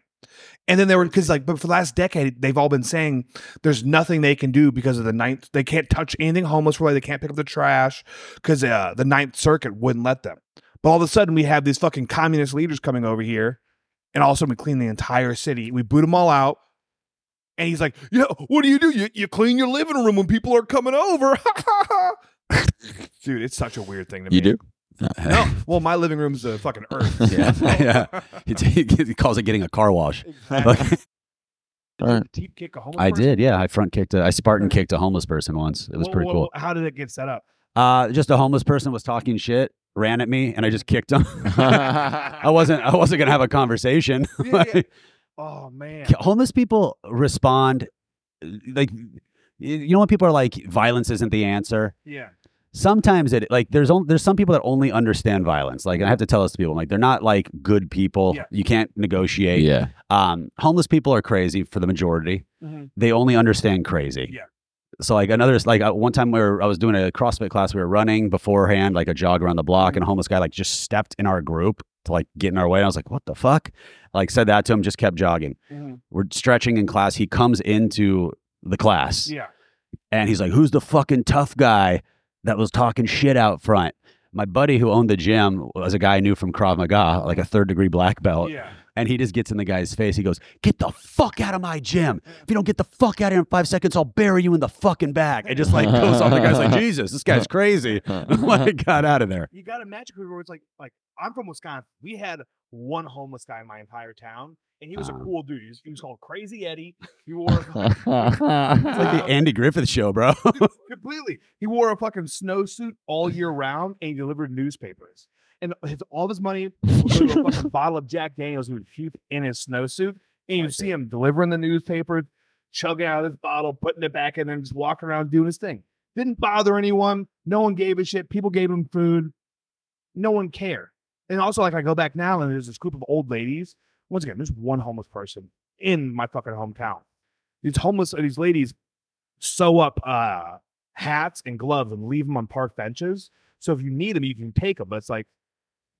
And then they were because like, but for the last decade they've all been saying there's nothing they can do because of the ninth. They can't touch anything homeless related. They can't pick up the trash because uh, the Ninth Circuit wouldn't let them. But all of a sudden we have these fucking communist leaders coming over here, and all of a sudden we clean the entire city. We boot them all out. And he's like, "Yeah, what do you do? You, you clean your living room when people are coming over." Dude, it's such a weird thing to You me. do? No, well, my living room's a fucking earth. yeah, yeah. He, he calls it getting a car wash. All right. Deep kick a homeless I person? did, yeah. I front kicked a, I Spartan kicked a homeless person once. It was Wha- pretty wha- cool. How did it get set up? Uh, just a homeless person was talking shit, ran at me, and I just kicked him. I wasn't I wasn't gonna have a conversation. Yeah, yeah. Oh man, Homeless people respond like you know when people are like violence isn't the answer. yeah. Sometimes it like there's only there's some people that only understand violence. Like I have to tell this to people like they're not like good people. Yeah. You can't negotiate. yeah. Um, homeless people are crazy for the majority. Mhm. They only understand crazy. Yeah. So like another like uh, one time we were I was doing a CrossFit class we were running beforehand like a jog around the block Mm-hmm. and a homeless guy like just stepped in our group to like get in our way and I was like what the fuck like said that to him just kept jogging Mhm. we're stretching in class he comes into the class Yeah. and he's like, "Who's the fucking tough guy that was talking shit out front?" My buddy who owned the gym was a guy I knew from Krav Maga, like a third degree black belt, Yeah. and he just gets in the guy's face. He goes, "Get the fuck out of my gym! If you don't get the fuck out of here in five seconds, I'll bury you in the fucking back." And just like goes on the guy's like, "Jesus, this guy's crazy!" I'm like, "Got out of there." you got a magic word where it's like like I'm from Wisconsin. We had one homeless guy in my entire town, and he was a Uh-huh. cool dude. He was, he was called Crazy Eddie. He wore a- It's like the Andy Griffith show, bro. completely. He wore a fucking snowsuit all year round, and he delivered newspapers. And his, all of his money would go to a fucking bottle of Jack Daniels. He would puke in his snowsuit, and you see him delivering the newspaper, chugging out of this bottle, putting it back, in, and just walking around doing his thing. Didn't bother anyone. No one gave a shit. People gave him food. No one cared. And also, like I go back now, and there's this group of old ladies. Once again, there's one homeless person in my fucking hometown. These homeless, these ladies sew up uh, hats and gloves and leave them on park benches. So if you need them, you can take them. But it's like,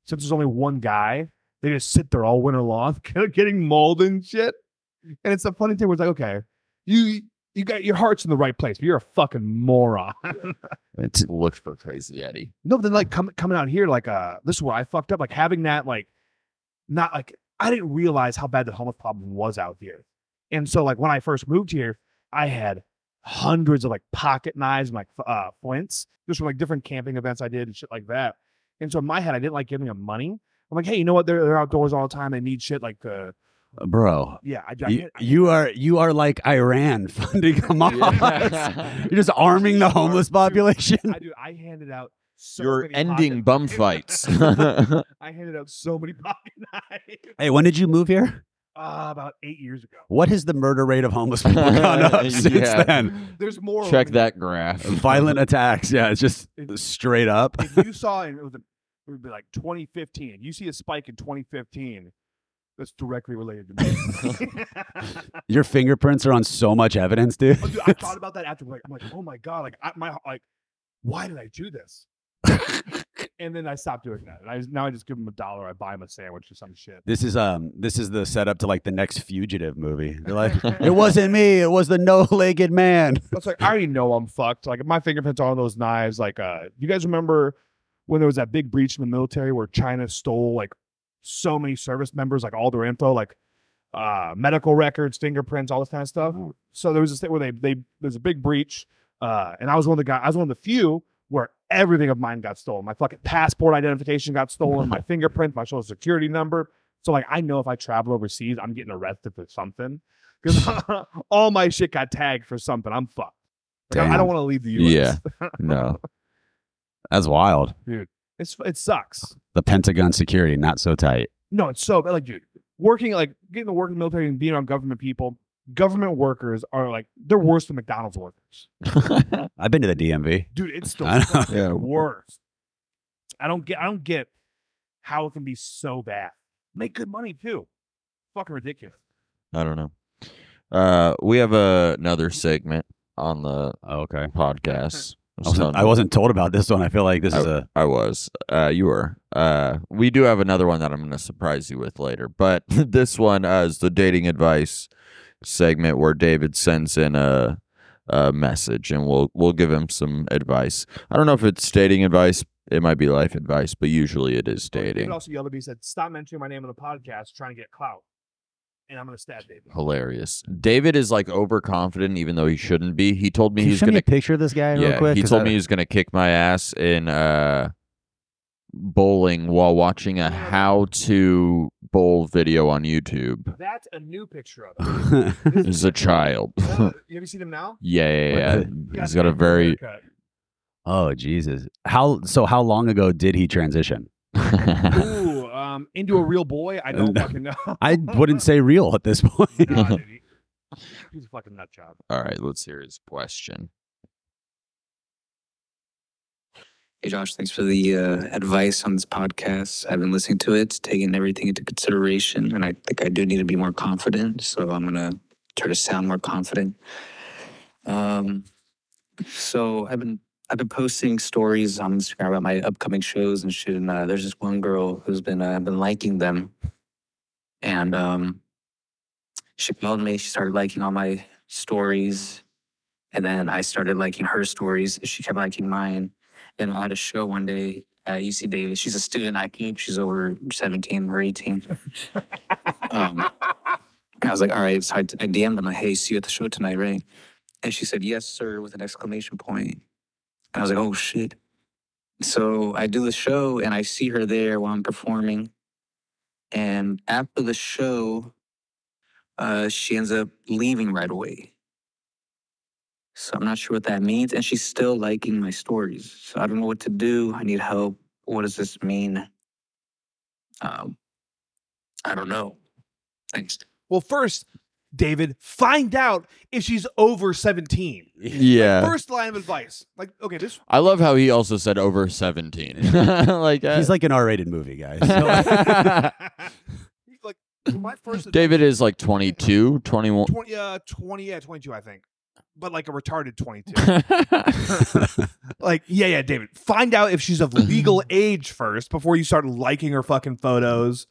since there's only one guy, they just sit there all winter long, getting mold and shit. And it's a funny thing where it's like, okay, you you got your heart's in the right place, but you're a fucking moron. It looks for crazy Eddie. No, but then like com- coming out here, like uh, this is where I fucked up. Like having that, like not like I didn't realize how bad the homeless problem was out here. And so like when I first moved here, I had hundreds of like pocket knives and like f- uh, flints, just from like different camping events I did and shit like that. And so in my head, I didn't like giving them money. I'm like, hey, you know what? They're, they're outdoors all the time. They need shit. Like, uh, bro, yeah, I, I, you, hit- I you are you are like Iran funding Hamas. You're just arming the homeless population. I do. I handed out. So You're many pocket- ending bum fights. I handed out so many pocket knives Hey, when did you move here? uh, about eight years ago. What has the murder rate of homeless people gone up since Yeah. then? There's more. of Check them. that graph. Violent attacks. Yeah, it's just straight up. if you saw and it was a It would be like 2015. If you see a spike in 2015, that's directly related to me. Your fingerprints are on so much evidence, dude. Oh, dude, I thought about that after. Like, I'm like, oh my god, like I, my like, why did I do this? and then I stopped doing that. And I just, now I just give him a dollar. I buy him a sandwich or some shit. this is um this is the setup to like the next fugitive movie. They're like, it wasn't me, it was the no-legged man. It's like I already know I'm fucked. Like if my fingerprints are on those knives. Like, uh, you guys remember when there was that big breach in the military where China stole like so many service members, like all their info, like uh, medical records, fingerprints, all this kind of stuff. So there was this thing where they they there's a big breach, uh, and I was one of the guys. I was one of the few where everything of mine got stolen. My fucking passport identification got stolen, my fingerprint, my social security number. So like I know if I travel overseas, I'm getting arrested for something because all my shit got tagged for something. I'm fucked. Like, I- I, Damn. don't want to leave the U.S. Yeah. No. That's wild. It's it sucks. The Pentagon security, not so tight. No, it's so bad. Like, dude, working like getting to work in the military and being around government people, government workers are like they're worse than McDonald's workers. I've been to the DMV. Dude, it's still I know. fucking Yeah. worse. I don't get. I don't get how it can be so bad. Make good money too. Fucking ridiculous. I don't know. Uh, we have uh, another segment on the okay. podcast. I wasn't, I wasn't told about this one. I feel like this is a I was. Uh, you were. Uh, we do have another one that I'm going to surprise you with later, but this one uh, is the dating advice segment where David sends in a, a message, and we'll we'll give him some advice. I don't know if it's dating advice. It might be life advice, but usually it is David dating. also yelled at me. Said, "Stop mentioning my name on the podcast. Trying to get clout." And I'm gonna stab David. Hilarious. David is like overconfident, even though he shouldn't be. He told me Can you he's show going me to a picture of this guy real Yeah, quick? he 'Cause told I- me he was gonna kick my ass in uh, bowling while watching a how to bowl video on YouTube That's a new picture of him. as a child. Uh, you ever seen him now? Yeah, yeah, yeah. He's got a big very. haircut. oh Jesus! How so? How long ago did he transition? Ooh, um, into a real boy? I don't No. fucking know. I wouldn't say real at this point. Nah, dude, he- he's a fucking nut job. All right, let's hear his question. Hey Josh, thanks for the uh, advice on this podcast. I've been listening to it, taking everything into consideration, and I think I do need to be more confident. So I'm gonna try to sound more confident. Um, so I've been I've been posting stories on Instagram about my upcoming shows and shit. And uh, there's this one girl who's been uh, I've been liking them, and um, she called me. She started liking all my stories, and then I started liking her stories. She kept liking mine and I had a show one day at UC Davis. She's a student I think She's over 17 or 18. um, I was like, all right. So I, I DM'd her, like, hey, see you at the show tonight, right? And she said, yes, sir, with an exclamation point. And I was like, oh, shit. So I do the show and I see her there while I'm performing. And after the show, uh, she ends up leaving right away. So I'm not sure what that means. And she's still liking my stories. So I don't know what to do. I need help. What does this mean? Um, I don't know. Thanks. Well, first, David, find out if she's over 17. Yeah, First line of advice. Like, okay, this I love how he also said over seventeen. like uh, He's like an R-rated movie, guys. So- like my first David is like 22, 21. 20, uh, 20, yeah, 22, I think. But like a retarded 22. like, yeah, yeah, David, find out if she's of legal age first before you start liking her fucking photos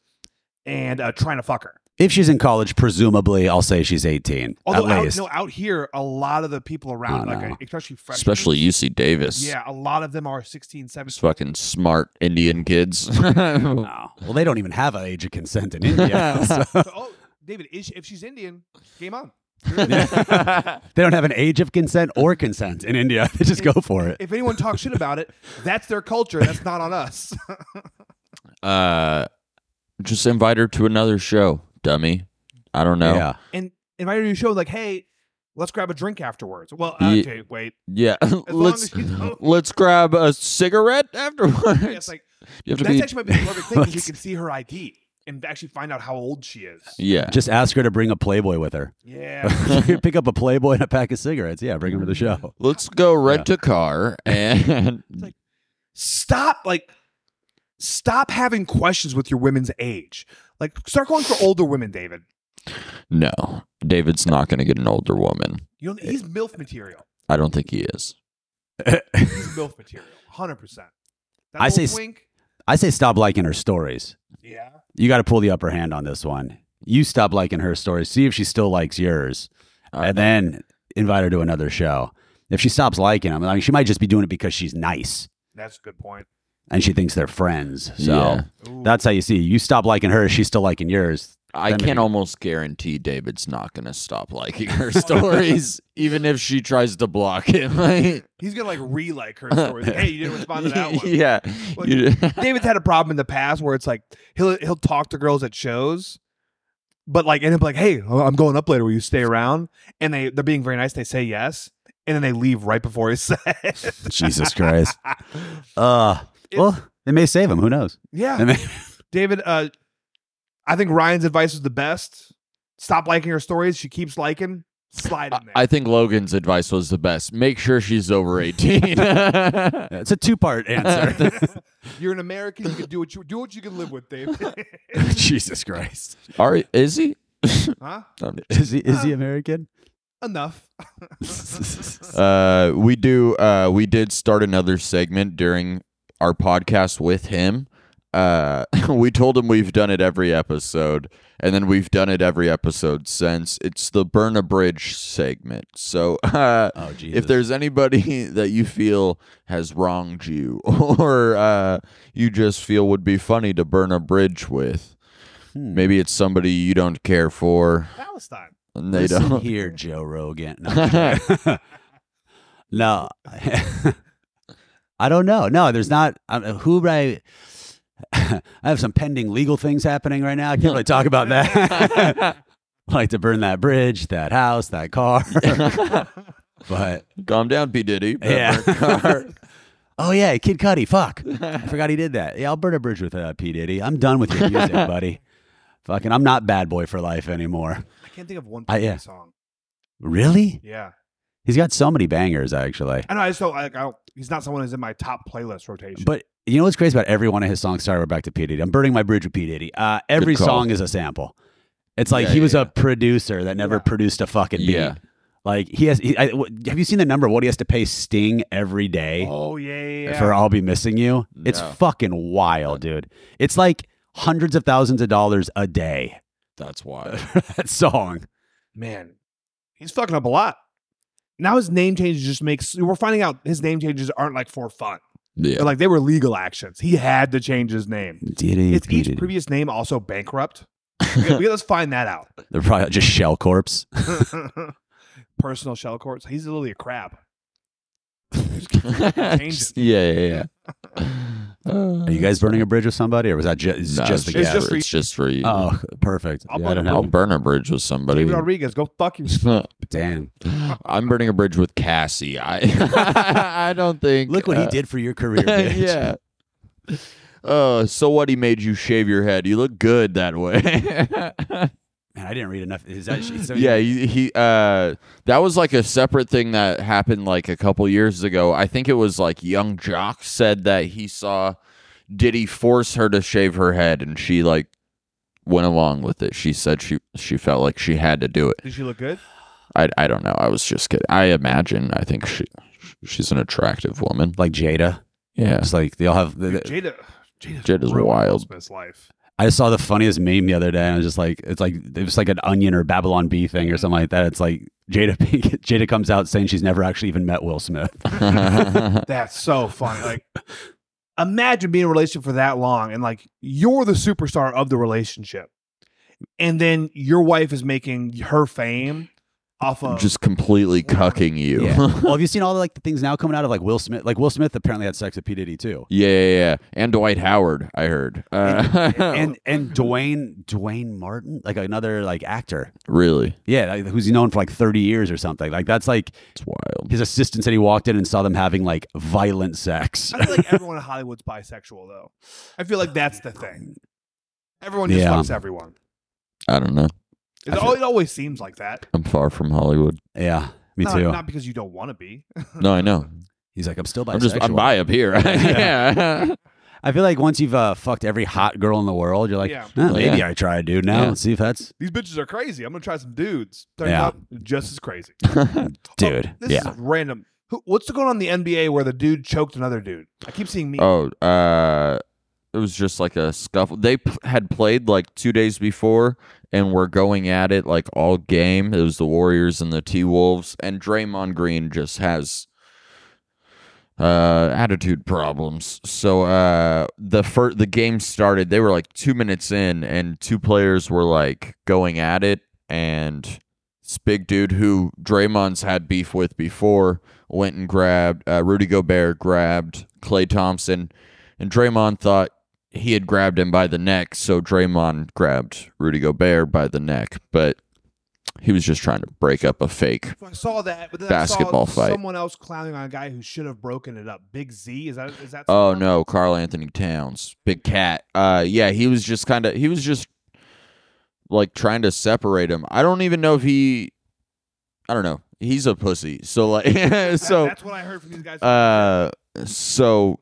and uh, trying to fuck her. if she's in college, presumably, I'll say she's 18 Although at out, least. no, out here, a lot of the people around, Oh, like no. especially freshmen, Especially UC Davis. yeah, a lot of them are 16, 17. Those fucking smart Indian kids. No. Oh, Well, they don't even have an age of consent in India. so- So, oh, David, is she, if she's Indian, game on. they don't have an age of consent or consent in India. They just go for it. If anyone talks shit about it, that's their culture. That's not on us. uh, just invite her to another show, dummy. I don't know. Yeah. and invite her to your show, like, hey, let's grab a drink afterwards. Well, uh, Ye- okay, wait. Yeah. long let's as she's home. let's grab a cigarette afterwards. Yeah, it's like you have to that's be. actually might be the perfect thing because you can see her ID and actually find out how old she is. yeah. Just ask her to bring a Playboy with her. Yeah. Mm-hmm. Pick up a Playboy and a pack of cigarettes. Yeah, bring them to the show. Let's go rent a car and Stop. Like, Stop having questions with your women's age. Like, start going for older women, David. No, David's not going to get an older woman. You don't, Eh. he's MILF material. I don't think he is. He's MILF material. 100%. That I say little s- wink. I say stop liking her stories. Yeah. You got to pull the upper hand on this one. You stop liking her stories. See if she still likes yours, I and then invite her to another show. If she stops liking them, I mean, she might just be doing it because she's nice That's a good point. and she thinks they're friends. So Yeah. Ooh. that's how you see. You stop liking her, she's still liking yours. I Then can maybe- almost guarantee David's not going to stop liking her stories, even if she tries to block him. Like, He's going to like re like her story. Like, hey, you didn't respond to that one. yeah. Like- you- David's had a problem in the past where it's like he'll he'll talk to girls at shows, but like and he'll be like, "Hey, oh, I'm going up later. Will you stay around?" And they they're being very nice. They say yes, and then they leave right before his set. Jesus Christ. Uh, It- well, it may save him. Who knows? yeah, It may- David. Uh, I think Ryan's advice was the best. Stop liking her stories. She keeps liking. Slide in there. I think Logan's advice was the best. Make sure she's over 18. Yeah, it's a two part answer. You're an American. You can do what you do. What you can live with, David. Jesus Christ. Are, is he? huh? Is he, is he American? Enough. Oh, Uh, we do. Uh, we did start another segment during our podcast with him. Uh, we told him we've done it every episode, and then we've done it every episode since. It's the burn a bridge segment. So, uh, oh, Jesus. if there's anybody that you feel has wronged you, or uh, you just feel would be funny to burn a bridge with, Hmm. maybe it's somebody you don't care for, Palestine. and they Listen don't. here, Joe Rogan. No, I'm kidding. No. I don't know. No, there's not. I don't- who would I? I have some pending legal things happening right now. I can't really talk about that. I'd like to burn that bridge, that house, that car. but Calm down, P Diddy. yeah. oh yeah, Kid Cudi. Fuck, I forgot he did that. Yeah, I'll burn a bridge with uh, P Diddy. I'm done with your music, buddy. Fucking, I'm not bad boy for life anymore. I can't think of one I- P. Diddy Uh, yeah. song. Really? Yeah. He's got so many bangers, actually. I know. I just don't like. I don't, he's not someone who's in my top playlist rotation. But you know what's crazy about every one of his songs? Sorry, we're back to P Diddy. I'm burning my bridge with P Diddy. Uh, every Good call. song is a sample. It's like Yeah, he yeah, was yeah. a producer that never Yeah. produced a fucking beat. Yeah. Like he has. He, I, w- have you seen the number of what he has to pay Sting every day oh yeah, yeah, yeah. for "I'll Be Missing You"? It's No. fucking wild, dude. It's like hundreds of thousands of dollars a day That's why. for that song. man, he's fucking up a lot. Now his name changes just makes. We're finding out his name changes aren't like for fun. Yeah. They're like they were legal actions. He had to change his name. Diddy, Is P. each Diddy. previous name also bankrupt? we, gotta- we gotta- let's find that out. They're probably just shell corpse. Personal shell courts. He's literally a crab. Just- yeah, yeah, yeah. Uh, Are you guys burning a bridge with somebody, or was that ju- No, just the It's guess? just for you. it's just for you. Oh, perfect. I'll Yeah, burn I don't a I'll have. burn a bridge with somebody. David Rodriguez, go fuck yourself. Damn. I'm burning a bridge with Cassie. I I don't think. Look what he uh, did for your career, bitch. yeah. Uh, so what? He made you shave your head. You look good that way. Man, I didn't read enough. Is that she- so- yeah, he, he uh that was like a separate thing that happened like a couple years ago. I think it was like young jock said that he saw Diddy force her to shave her head and she like went along with it. She said she she felt like she had to do it. Did she look good? I I don't know. I was just kidding. I imagine I think she she's an attractive woman. Like Jada. Yeah. It's like they all have. the- Dude, the- Jada, Jada's, Jada's ruined wild. Will Smith's life. I just saw the funniest meme the other day, and I was just like, it's like it was like an onion or Babylon B thing or something like that. It's like Jada Pinkett- Jada comes out saying she's never actually even met Will Smith. That's so funny. Like, imagine being in a relationship for that long and like you're the superstar of the relationship. And then your wife is making her fame off of just completely cucking you. Yeah. well, have you seen all the, like the things now coming out of like Will Smith? Like Will Smith apparently had sex with P Diddy too, Yeah, yeah, yeah. And Dwight Howard, I heard. Uh, and and Dwayne Dwayne Martin, like another like actor. really, Yeah, like, who's known for like thirty years or something. Like that's like it's wild. his assistant said he walked in and saw them having like violent sex. I feel like everyone in Hollywood's bisexual though. I feel like that's the thing. Everyone just Yeah. fucks everyone. I don't know. It, al- it always seems like that. I'm far from Hollywood. yeah, me not, too. Not because you don't want to be. No, I know. He's like, I'm still bisexual. I'm just I'm bi up here. yeah. I feel like once you've uh, fucked every hot girl in the world, you're like, Yeah. "Nah, Well, maybe yeah. I try, dude. Now Yeah. let's see if that's These bitches are crazy. I'm gonna try some dudes. Turns Yeah. out just as crazy. dude. This yeah, is random. Who, what's going on in the NBA where the dude choked another dude? I keep seeing me. Oh, uh, it was just like a scuffle. They p- had played like two days before and were going at it like all game. It was the Warriors and the T Wolves, and Draymond Green just has uh attitude problems. So uh the fir- the game started, they were like 2 minutes in and two players were like going at it and this big dude who Draymond's had beef with before went and grabbed uh, Rudy Gobert, grabbed Clay Thompson, and Draymond thought he had grabbed him by the neck, so Draymond grabbed Rudy Gobert by the neck, but he was just trying to break up a fake. I saw that, but then Basketball I saw fight. someone else clowning on a guy who should have broken it up. Big Z is that? Is that? Oh someone? no, Carl Anthony Towns, big cat. Uh, yeah, he was just kind of he was just like trying to separate him. I don't even know if he, I don't know. He's a pussy. So like, That- so that's what I heard from these guys. Uh, so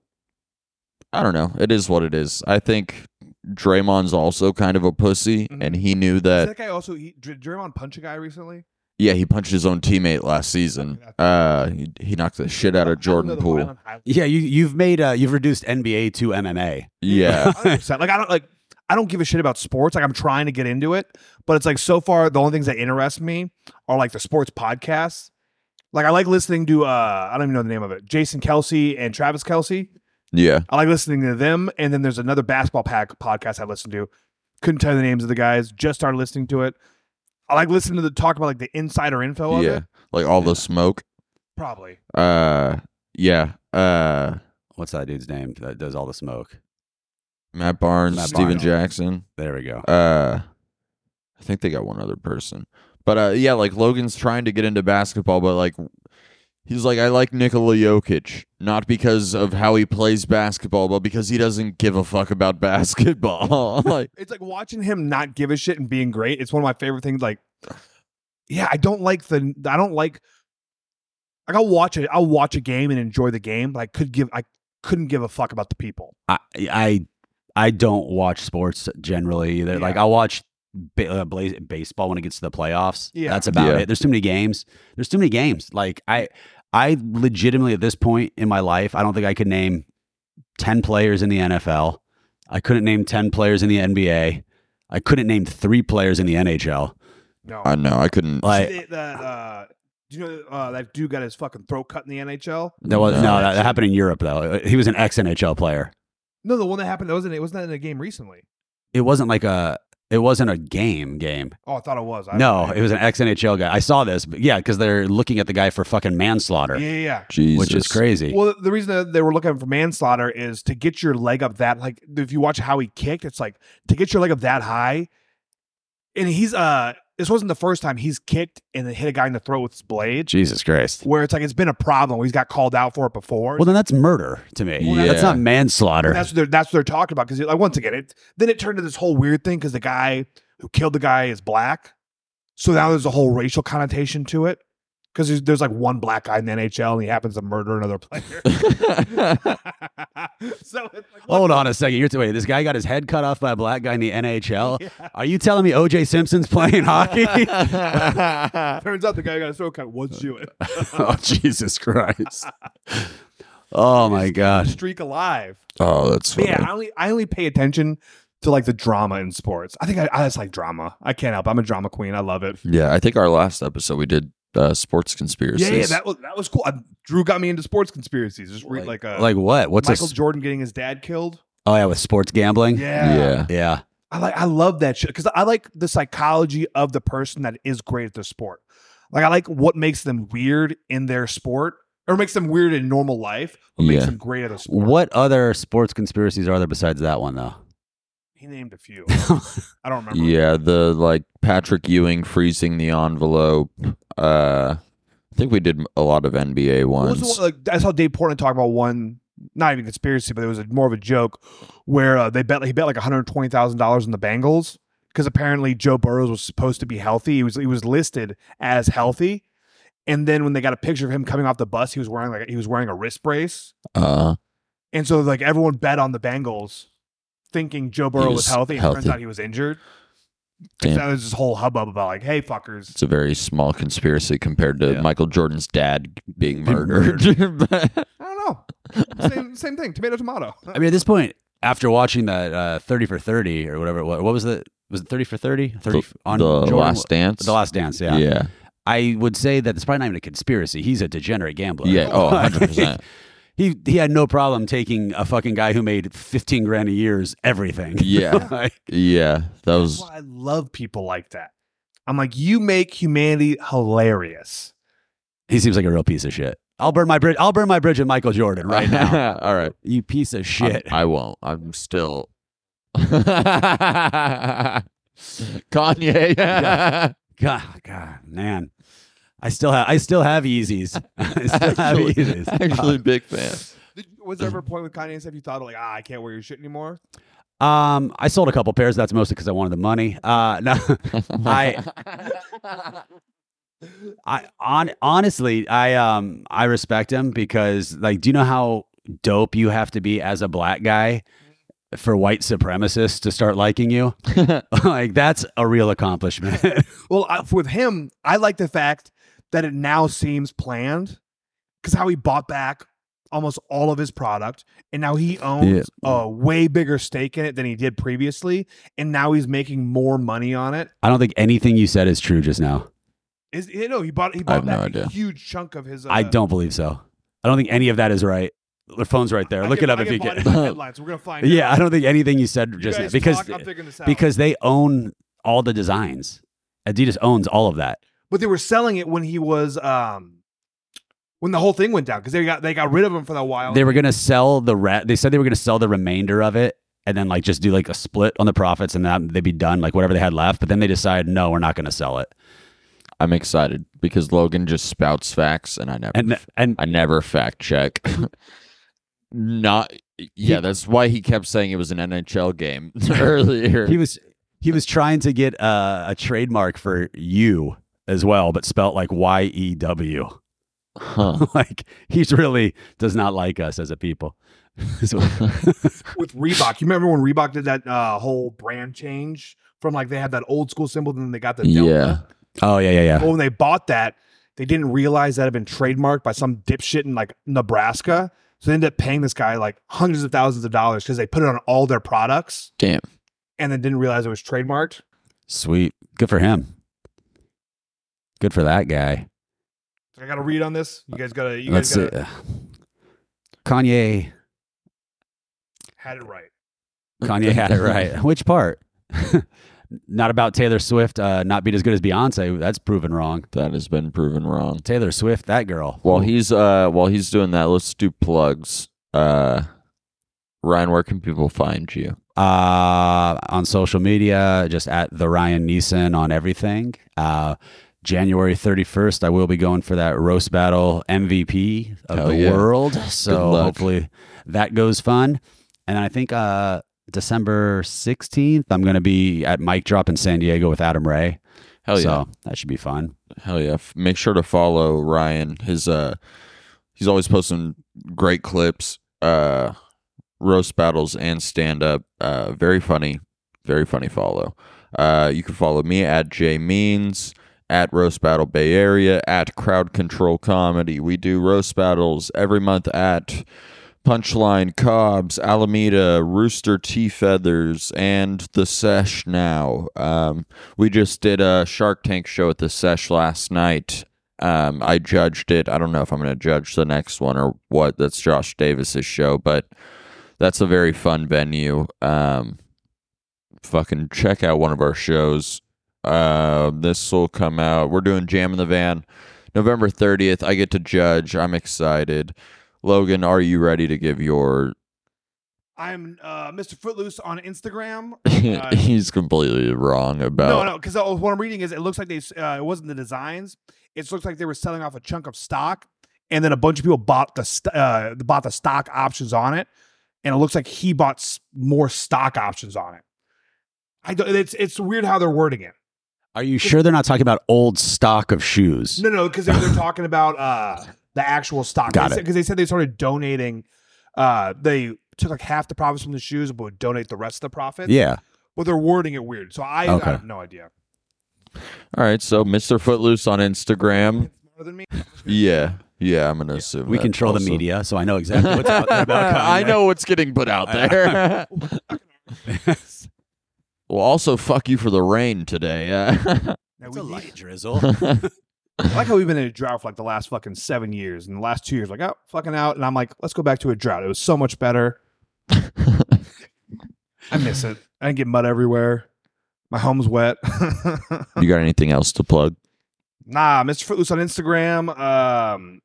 I don't know. It is what it is. I think Draymond's also kind of a pussy, Mhm. and he knew Did that. that guy also he, did Draymond punch a guy recently? Yeah, he punched his own teammate last season. Okay, that's- Uh, he, he knocked the shit out I of don't know Jordan the Poole. violent highlights. yeah. You you've made uh, you've reduced NBA to MMA. Yeah, 100%. like I don't like I don't give a shit about sports. Like I'm trying to get into it, but it's like so far the only things that interest me are like the sports podcasts. Like I like listening to uh I don't even know the name of it. Jason Kelsey and Travis Kelsey. yeah. I like listening to them and then there's another basketball pack podcast I listen to. Couldn't tell you the names of the guys. Just started listening to it. I like listening to the talk about like the insider info of yeah. it. Like all the smoke. Probably. Uh, yeah. Uh, What's that dude's name that does all the smoke? Matt Barnes, Matt Steven Barnes. Jackson. There we go. Uh, I think they got one other person, but uh, yeah, like Logan's trying to get into basketball, but like he's like, I like Nikola Jokic not because of how he plays basketball, but because he doesn't give a fuck about basketball. like, It's like watching him not give a shit and being great. It's one of my favorite things. Like, yeah, I don't like the. I don't like. Like I'll watch it. I'll watch a game and enjoy the game, but I could give. I couldn't give a fuck about the people. I I I don't watch sports generally either. Like Yeah. I watch ba- uh, blaze baseball when it gets to the playoffs. Yeah. that's about Yeah. it. There's too many games. There's too many games. Like I I legitimately at this point in my life, I don't think I could name ten players in the NFL. I couldn't name ten players in the NBA. I couldn't name three players in the NHL. No. I know I couldn't. Like See, the- uh, do you know uh, that dude got his fucking throat cut in the NHL? that was no, No. that, that happened in Europe though. He was an ex NHL player. No, the one that happened. That wasn't. It wasn't that in a game recently. It wasn't like a it wasn't a game game. Oh, I thought it was. I No, it was an ex NHL guy. I saw this, but yeah, because they're looking at the guy for fucking manslaughter, Yeah, yeah, yeah. Jesus. which is crazy. Well, the reason that they were looking for manslaughter is to get your leg up that like if you watch how he kicked, it's like to get your leg up that high. And he's uh this wasn't the first time he's kicked and then hit a guy in the throat with his blade. Jesus Christ. Where it's like it's been a problem. He's got called out for it before. Well, then that's murder to me. Well, That's yeah. not manslaughter. that's what they're that's what they're talking about. Cause like once again, it then it turned to this whole weird thing because the guy who killed the guy is black. So now there's a whole racial connotation to it. Because there's, there's like one black guy in the NHL and he happens to murder another player. so it's like, Hold on a second. You're wait. This guy got his head cut off by a black guy in the NHL. Yeah. Are you telling me OJ Simpson's playing hockey? Turns out the guy who got his throat cut was Jewish. oh Jesus Christ. Oh my God. Streak alive. oh, that's But funny. yeah, I only I only pay attention to like the drama in sports. I think I, I just like drama. I can't help. it. I'm a drama queen. I love it. Yeah, I think our last episode we did uh, sports conspiracies. Yeah, yeah, that was that was cool. I, Drew got me into sports conspiracies. Just read like, uh, Like what? What's Michael a? s- Jordan getting his dad killed. Oh yeah, with sports gambling. Yeah. yeah. Yeah. I like I love that shit because I like the psychology of the person that is great at the sport. Like I like what makes them weird in their sport or makes them weird in normal life. What makes Yeah. them great at a sport. What other sports conspiracies are there besides that one though? He named a few. I don't remember. Yeah, the like Patrick Ewing freezing the envelope. Uh, I think we did a lot of NBA What ones. was the one- like, I saw Dave Portland talk about one, not even conspiracy, but it was a, more of a joke where uh, they bet he bet like one hundred twenty thousand dollars on the Bengals because apparently Joe Burrows was supposed to be healthy. He was he was listed as healthy, and then when they got a picture of him coming off the bus, he was wearing like he was wearing a wrist brace. uh, And so like everyone bet on the Bengals, thinking Joe Burrow was was, healthy, and it turns healthy. out he was injured. Damn. So that was this whole hubbub about like, hey fuckers, It's a very small conspiracy compared to Yeah. Michael Jordan's dad being Being murdered. I don't know, same same thing, tomato tomato. I mean, at this point, after watching that uh, 30 for 30 or whatever it was, what was the, was it 30 for 30? 30 The- on the Jordan- last dance. The last dance, yeah. yeah. Yeah. I would say that it's probably not even a conspiracy. He's a degenerate gambler. Oh, Like, 100%. he he had no problem taking a fucking guy who made 15 grand a year's everything. Yeah. Like, yeah. That That's was why I love people like that. I'm like, you make humanity hilarious. he seems like a real piece of shit. I'll burn my bridge. I'll burn my bridge with Michael Jordan right now. All right. you piece of shit. I, I won't. I'm still. Kanye. God, God, man. I still have I still have Yeezys. I still have actually, Yeezys. actually big fan. Did- Was there ever a point with Kanye stuff you thought like, ah, I can't wear your shit anymore? Um, I sold a couple pairs. That's mostly because I wanted the money. Uh, no, I. I on honestly, I um I respect him because like, do you know how dope you have to be as a black guy for white supremacists to start liking you? like that's a real accomplishment. Well, I, with him, I like the fact that it now seems planned because how he bought back almost all of his product and now he owns a way bigger stake in it than he did previously. And now he's making more money on it. I don't think anything you said is true just now. Is you know he bought he I have bought no back a idea. huge chunk of his. Uh, I don't believe so. I don't think any of that is right. The phone's right there. I Look get- it up I if you blinded can. by headlines. We're gonna find. Yeah, out. I don't think anything you said You just now guys because talk, I'm figuring this out. because they own all the designs. Adidas owns all of that. but they were selling it when he was um when the whole thing went down because they got they got rid of him for that while. They were gonna sell the re- They said they were gonna sell the remainder of it and then like just do like a split on the profits and that they'd be done like whatever they had left. But then they decided no, we're not gonna sell it. I'm excited because Logan just spouts facts, and I never, And and I never fact check. Not, yeah, that's why he kept saying it was an NHL game earlier. he was he was trying to get uh, a trademark for you as well, but spelt like Y E W. Huh. like he's really does not like us as a people. So- with Reebok. You remember when Reebok did that uh, whole brand change from like they had that old school symbol, then they got the Delta. Yeah. oh yeah, yeah, yeah. Well, when they bought that, they didn't realize that had been trademarked by some dipshit in like Nebraska. So they ended up paying this guy like hundreds of thousands of dollars because they put it on all their products Damn. and then didn't realize it was trademarked. Sweet. Good for him. Good for that guy. So I got to read on this. You guys got to. You Let's guys see. got to Kanye. had it right. Kanye had it right. Which part? not about Taylor Swift uh, not being as good as Beyonce. That's proven wrong. That has been proven wrong. Taylor Swift, that girl. While he's uh while he's doing that, let's do plugs. Uh Ryan, where can people find you? uh, on social media, just at the Ryan Neeson on everything. Uh, January 31st, I will be going for that roast battle MVP of Hell the yeah. world. Good So luck. hopefully that goes fun. And I think uh, December 16th, I'm going to be at Mic Drop in San Diego with Adam Ray. Hell yeah. So that should be fun. Hell yeah. F- Make sure to follow Ryan. His uh he's always posting great clips, uh roast battles and stand up. Uh very funny. Very funny follow. Uh you can follow me at J Means, at Roast Battle Bay Area, at Crowd Control Comedy. We do roast battles every month at Punchline, Cobbs, Alameda, Rooster Tea Feathers, and The Sesh now. Um, we just did a Shark Tank show at The Sesh last night. Um, I judged it. I don't know if I'm going to judge the next one or what. That's Josh Davis's show, but that's a very fun venue. Um, fucking check out one of our shows. Uh, this will come out. We're doing Jam in the Van November 30th. I get to judge. I'm excited. Logan, are you ready to give your? I'm uh, Mr. Footloose on Instagram. Uh, He's completely wrong No, about. no, because what I'm reading is it looks like they s- uh, it wasn't the designs. It looks like they were selling off a chunk of stock, and then a bunch of people bought the st- uh, bought the stock options on it, and it looks like he bought s- more stock options on it. I don't, it's it's weird how they're wording it. Are you sure they're not talking about old stock of shoes? No, no, because they're, they're talking about uh, the actual stock. Got Because it. they said they started donating Uh, they took like half the profits from the shoes, but would donate the rest of the profits. Yeah. But they're wording it weird. So I, Okay. I have no idea. All right, so Mr. Footloose on Instagram. Smarter than me. Yeah, yeah, I'm gonna assume We that control the also. media, so I know exactly what's out there about I Kanye. know what's getting put out there. well, also fuck you for the rain today. Uh, Now, It's we a need light drizzle. I like how we've been in a drought for like the last fucking seven years, and the last two years, like, oh, fucking out. And I'm like, let's go back to a drought. It was so much better. I miss it. I get mud everywhere. My home's wet. you got anything else to plug? nah, Mr. Footloose on Instagram. Um,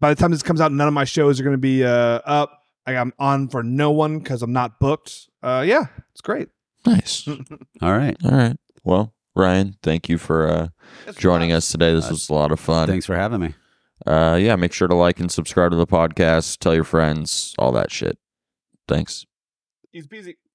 by the time this comes out, none of my shows are going to be uh, up. I, I'm on for no one because I'm not booked. Uh, yeah, it's great. Nice. All right. All right. Well, Ryan, thank you for uh, joining us today. This Uh, was a lot of fun. Thanks for having me. Uh, yeah, make sure to like and subscribe to the podcast. Tell your friends, all that shit. Thanks. He's busy.